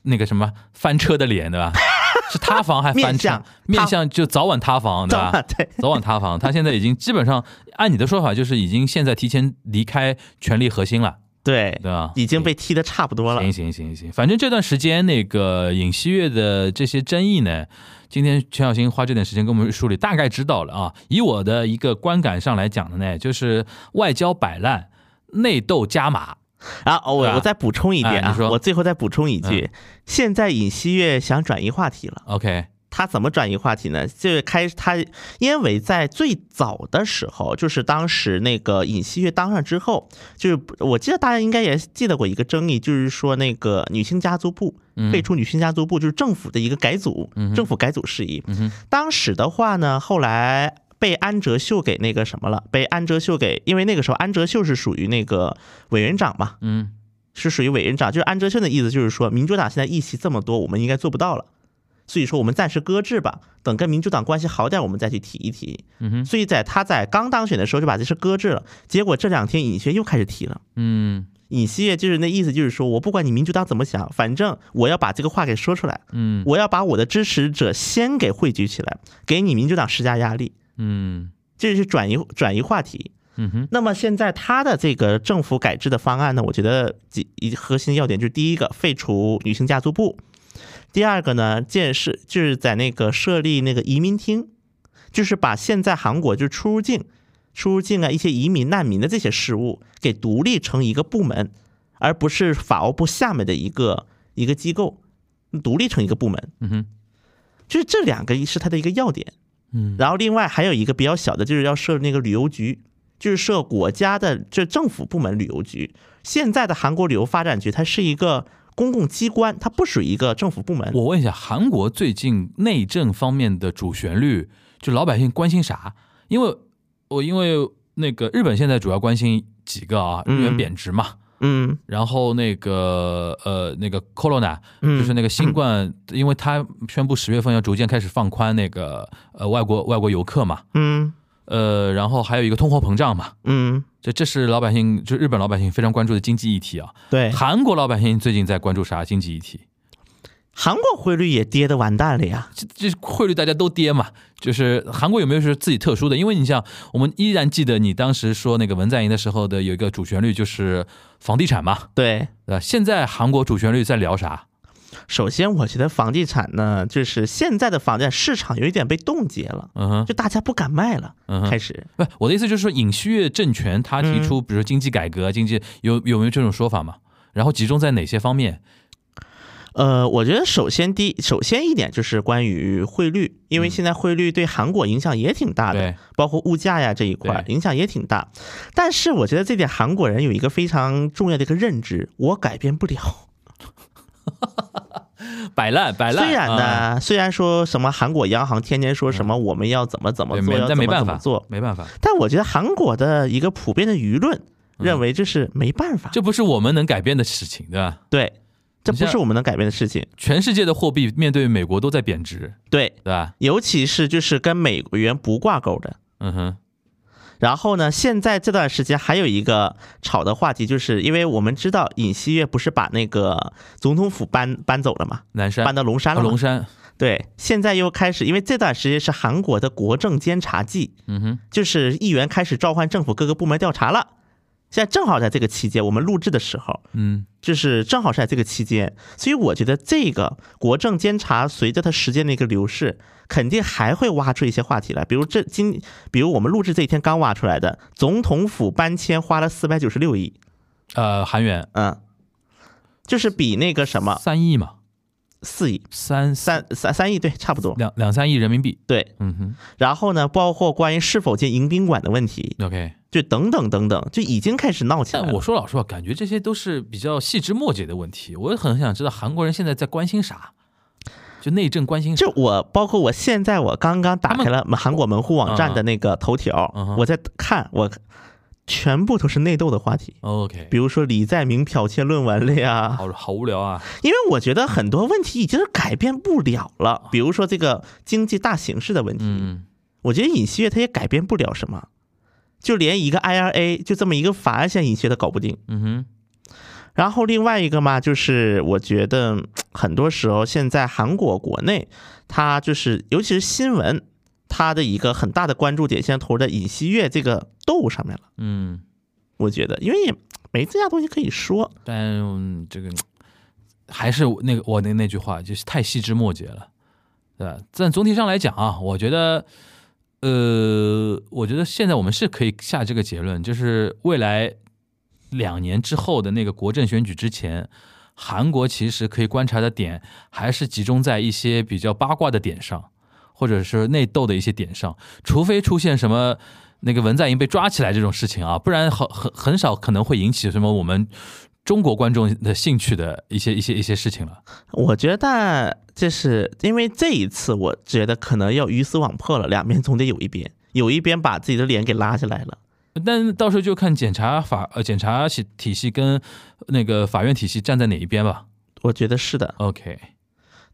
S1: 那个什么翻车的脸，对 吧？是塌房还翻
S4: 面
S1: 车
S4: 向？
S1: 面向就早晚塌房，对
S4: 早
S1: 吧
S4: 晚？ 对
S1: 早晚塌房，他现在已经基本上按你的说法，就是已经现在提前离开权力核心了，
S4: 对
S1: 对，吧？
S4: 已经被踢的差不多了
S1: 行。行行行，反正这段时间那个尹锡悦的这些争议呢，今天陈小新花这点时间跟我们梳理，大概知道了啊。以我的一个观感上来讲的呢，就是外交摆烂，内斗加码。
S4: 然后啊哦我
S1: 对吧
S4: 我再补充一点
S1: 哎
S4: 啊
S1: 你，说嗯
S4: 我最后再补充一句，现在尹锡悦想转移话题了。
S1: OK，
S4: 他怎么转移话题呢？就是开他，因为在最早的时候，就是当时那个尹锡悦当上之后，就是我记得大家应该也记得过一个争议，就是说那个女性家族部
S1: 嗯
S4: 废除女性家族部，就是政府的一个改组，政府改组事宜。当时的话呢，后来。被安哲秀给那个什么了，被安哲秀给，因为那个时候安哲秀是属于那个委员长嘛，
S1: 嗯
S4: 啊是属于委员长，就是安哲秀的意思，就是说民主党现在议席这么多，我们应该做不到了，所以说我们暂时搁置吧，等跟民主党关系好点，我们再去提一提。
S1: 嗯哼，
S4: 所以在他在刚当选的时候就把这事搁置了，结果这两天尹锡悦又开始提了。
S1: 嗯
S4: 尹锡悦就是那意思，就是说我不管你民主党怎么想，反正我要把这个话给说出来，
S1: 嗯
S4: 我要把我的支持者先给汇聚起来，给你民主党施加压力，
S1: 嗯
S4: 这是转移转移话题。
S1: 嗯哼，
S4: 那么现在他的这个政府改制的方案呢，我觉得几一核心要点就是第一个废除女性家族部，第二个呢建设就是在那个设立那个移民厅，就是把现在韩国就是出入境、出入境啊一些移民难民的这些事务给独立成一个部门，而不是法务部下面的一个一个机构，独立成一个部门。
S1: 嗯哼，
S4: 就是这两个是它的一个要点。
S1: 嗯
S4: 然后另外还有一个比较小的，就是要设那个旅游局，就是设国家的这政府部门旅游局。现在的韩国旅游发展局，它是一个公共机关，它不属于一个政府部门。
S1: 我问一下，韩国最近内政方面的主旋律，就老百姓关心啥？因为我因为那个日本现在主要关心几个啊，日元
S4: 嗯
S1: 贬值嘛，
S4: 嗯
S1: 然后那个呃那个 corona
S4: 嗯
S1: 就是那个新冠，因为它宣布十月份要逐渐开始放宽那个呃外国外国游客嘛，
S4: 嗯
S1: 呃，然后还有一个通货膨胀嘛，
S4: 嗯，
S1: 这这是老百姓就日本老百姓非常关注的经济议题啊。
S4: 对，
S1: 韩国老百姓最近在关注啥经济议题？
S4: 韩国汇率也跌的完蛋了呀。
S1: 这这汇率大家都跌嘛，就是韩国有没有是自己特殊的？因为你像我们依然记得你当时说那个文在寅的时候的有一个主旋律就是房地产嘛，
S4: 对，
S1: 对吧？现在韩国主旋律在聊啥？
S4: 首先我觉得房地产呢，就是现在的房地产市场有一点被冻结了，
S1: 嗯哼，
S4: 就大家不敢卖了，
S1: 嗯哼
S4: 开始。
S1: 不，我的意思就是说，尹锡悦政权他
S4: 嗯
S1: 提出，比如说经济改革，经济有有没有这种说法嘛？然后集中在哪些方面？
S4: 呃，我觉得首先第一首先一点就是关于汇率，因为现在汇率对韩国影响也挺大的，
S1: 嗯对，
S4: 包括物价呀这一块儿
S1: 对
S4: 影响也挺大。但是我觉得这点韩国人有一个非常重要的一个认知，我改变不 了。
S1: 摆烂摆烂。
S4: 虽然
S1: 啊，嗯
S4: 呢，虽然说什么韩国央行天天说什么我们要怎么怎么
S1: 对
S4: 做，
S1: 没
S4: 要
S1: 但
S4: 怎
S1: 没
S4: 么
S1: 办
S4: 怎么
S1: 法
S4: 做，
S1: 没办法，
S4: 但我觉得韩国的一个普遍的舆
S1: 嗯
S4: 论认为这是没办法，
S1: 这不是我们能改变的事情，对吧？
S4: 对，这
S1: 你
S4: 不
S1: 像
S4: 是我们能改变的事情，
S1: 全世界的货币面对美国都在贬值，
S4: 对，
S1: 对吧？
S4: 尤其是就是跟美元不挂钩的。
S1: 嗯哼，
S4: 然后呢，现在这段时间还有一个吵的话题，就是因为我们知道尹锡悦不是把那个总统府搬搬走了嘛，
S1: 南山
S4: 搬到龙山
S1: 啊
S4: 了嘛。
S1: 龙山，
S4: 对，现在又开始，因为这段时间是韩国的国政监察季，
S1: 嗯哼，
S4: 就是议员开始召唤政府各个部门调查了。现在正好在这个期间，我们录制的时候，
S1: 嗯
S4: 就是正好是在这个期间，所以我觉得这个国政监察随着它时间的一个流逝，肯定还会挖出一些话题来，比如这今，比如我们录制这一天刚挖出来的总统府搬迁花了四百九十六亿，
S1: 呃，韩元
S4: 嗯，就是比那个什么
S1: 三亿嘛，
S4: 四亿
S1: 三
S4: 啊三三三亿对差不多
S1: 两两三亿人民币，
S4: 对，
S1: 嗯哼
S4: 然后呢，包括关于是否建迎宾馆的问题，
S1: ，OK。
S4: 就等等等等，就已经开始闹起来
S1: 但我
S4: 了。
S1: 说老实话，感觉这些都是比较细枝末节的问题。我很想知道韩国人现在在关心啥，就内政关心啥。
S4: 就我，包括我现在，我刚刚打开了韩国门户网站的那个头条
S1: 嗯嗯，
S4: 我在看，我全部都是内斗的话题，
S1: OK，
S4: 比如说李在明剽窃论文了呀，
S1: 好好无聊啊。
S4: 因为我觉得很多问题已经是改变不了了，比如说这个经济大形势的问题，
S1: 嗯
S4: 我觉得尹锡悦他也改变不了什么，就连一个 IRA 就这么一个法案，现在尹锡悦都搞不定。
S1: 嗯哼，
S4: 然后另外一个嘛，就是我觉得嗯很多时候现在韩国国内，它就是尤其是新闻，它的一个很大的关注点现在投入在尹锡悦这个斗上面了。
S1: 嗯，
S4: 我觉得，因为也没这样东西可以说，
S1: 但嗯这个还是那个我那那句话，就是太细枝末节了，对吧？但总体上来讲啊，我觉得，呃，我觉得现在我们是可以下这个结论，就是未来两年之后的那个国政选举之前。韩国其实可以观察的点，还是集中在一些比较八卦的点上，或者是内斗的一些点上，除非出现什么那个文在寅被抓起来这种事情啊，不然很很很少可能会引起什么我们中国观众的兴趣的一些一些一些事情了。
S4: 我觉得这是因为这一次，我觉得可能要鱼死网破了，两边总得有一边，有一边把自己的脸给拉下来了。
S1: 但到时候就看检察法呃检察系体系跟那个法院体系站在哪一边吧。
S4: 我觉得是的，
S1: OK，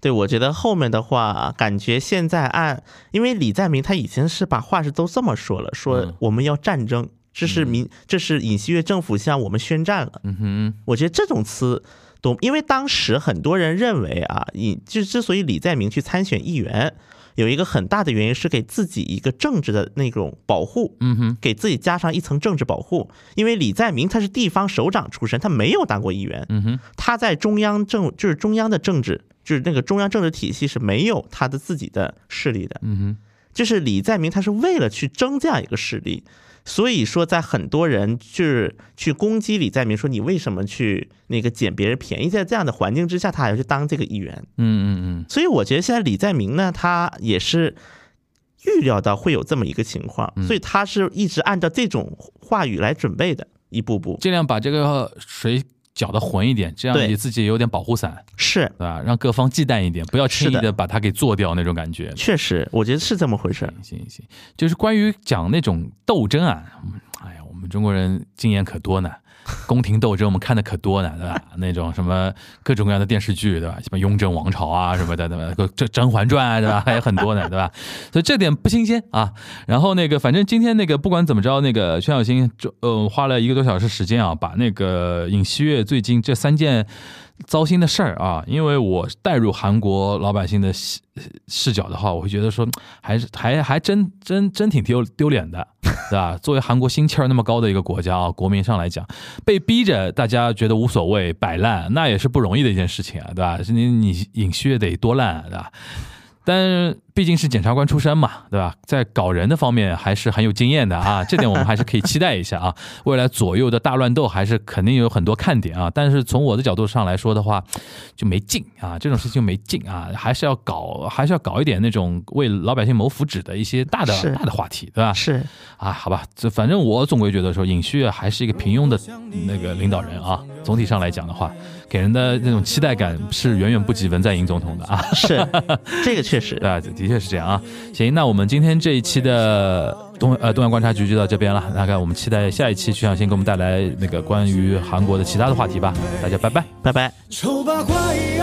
S4: 对我觉得后面的话，感觉现在按，因为李在明他以前是把话是都这么说了，说
S1: 嗯
S4: 我们要战争，这是民，这是尹锡悦政府向我们宣战了。
S1: 嗯哼，
S4: 我觉得这种词都，因为当时很多人认为啊，以就之所以李在明去参选议员，有一个很大的原因是给自己一个政治的那种保护，
S1: 嗯哼，
S4: 给自己加上一层政治保护。因为李在明他是地方首长出身，他没有当过议员，
S1: 嗯哼，
S4: 他在中央政就是中央的政治。就是那个中央政治体系是没有他的自己的势力的，
S1: 嗯哼，
S4: 就是李在明他是为了去争这样一个势力，所以说在很多人去去攻击李在明，说你为什么去那个捡别人便宜，在这样的环境之下，他还要去当这个议员。
S1: 嗯嗯
S4: 所以我觉得现在李在明呢，他也是预料到会有这么一个情况，所以他是一直按照这种话语来准备的，一步步
S1: 尽量把这个水搅得浑一点，这样
S4: 对
S1: 你自己也有点保护伞，
S4: 是。
S1: 对吧？让各方忌惮一点，不要轻易
S4: 是的
S1: 的把它给做掉那种感觉。
S4: 确实，我觉得是这么回事儿。
S1: 行行行，就是关于讲那种斗争啊，嗯哎呀，我们中国人经验可多呢。 宫廷斗争我们看的可多呢，对吧？ 那种什么各种各样的电视剧，对吧？什么《雍正王朝》啊什么的，对吧？这《甄嬛传》啊，对吧？还 有很多呢，对吧？所以这点不新鲜啊。然后那个，反正今天那个不管怎么着，那个全小新就呃花了一个多小时时间啊，把那个尹锡悦最近这三件糟心的事儿啊，因为我带入韩国老百姓的视视角的话，我会觉得说，还是还还真真真挺丢丢脸的，对吧？作为韩国心气儿那么高的一个国家啊，国民上来讲，被逼着大家觉得无所谓摆烂，那也是不容易的一件事情啊，对吧？是你你尹锡悦得多烂，啊对吧？但毕竟是检察官出身嘛，对吧？在搞人的方面还是很有经验的啊，这点我们还是可以期待一下啊。未来左右的大乱斗还是肯定有很多看点啊，但是从我的角度上来说的话，就没劲啊，这种事情没劲啊，还是要搞，还是要搞一点那种为老百姓谋福祉的一些大
S4: 是
S1: 的大的话题，对吧？
S4: 是，
S1: 啊，好吧，这反正我总归觉得说尹旭还是一个平庸的那个领导人啊。总体上来讲的话，给人的那种期待感是远远不及文在寅总统的啊。
S4: 是，这个确实。
S1: 对，的确是这样啊。行，那我们今天这一期的东呃东亚观察局就到这边了。大概我们期待下一期徐小新给我们带来那个关于韩国的其他的话题吧。大家拜拜。
S4: 拜拜。
S5: 丑八怪呀！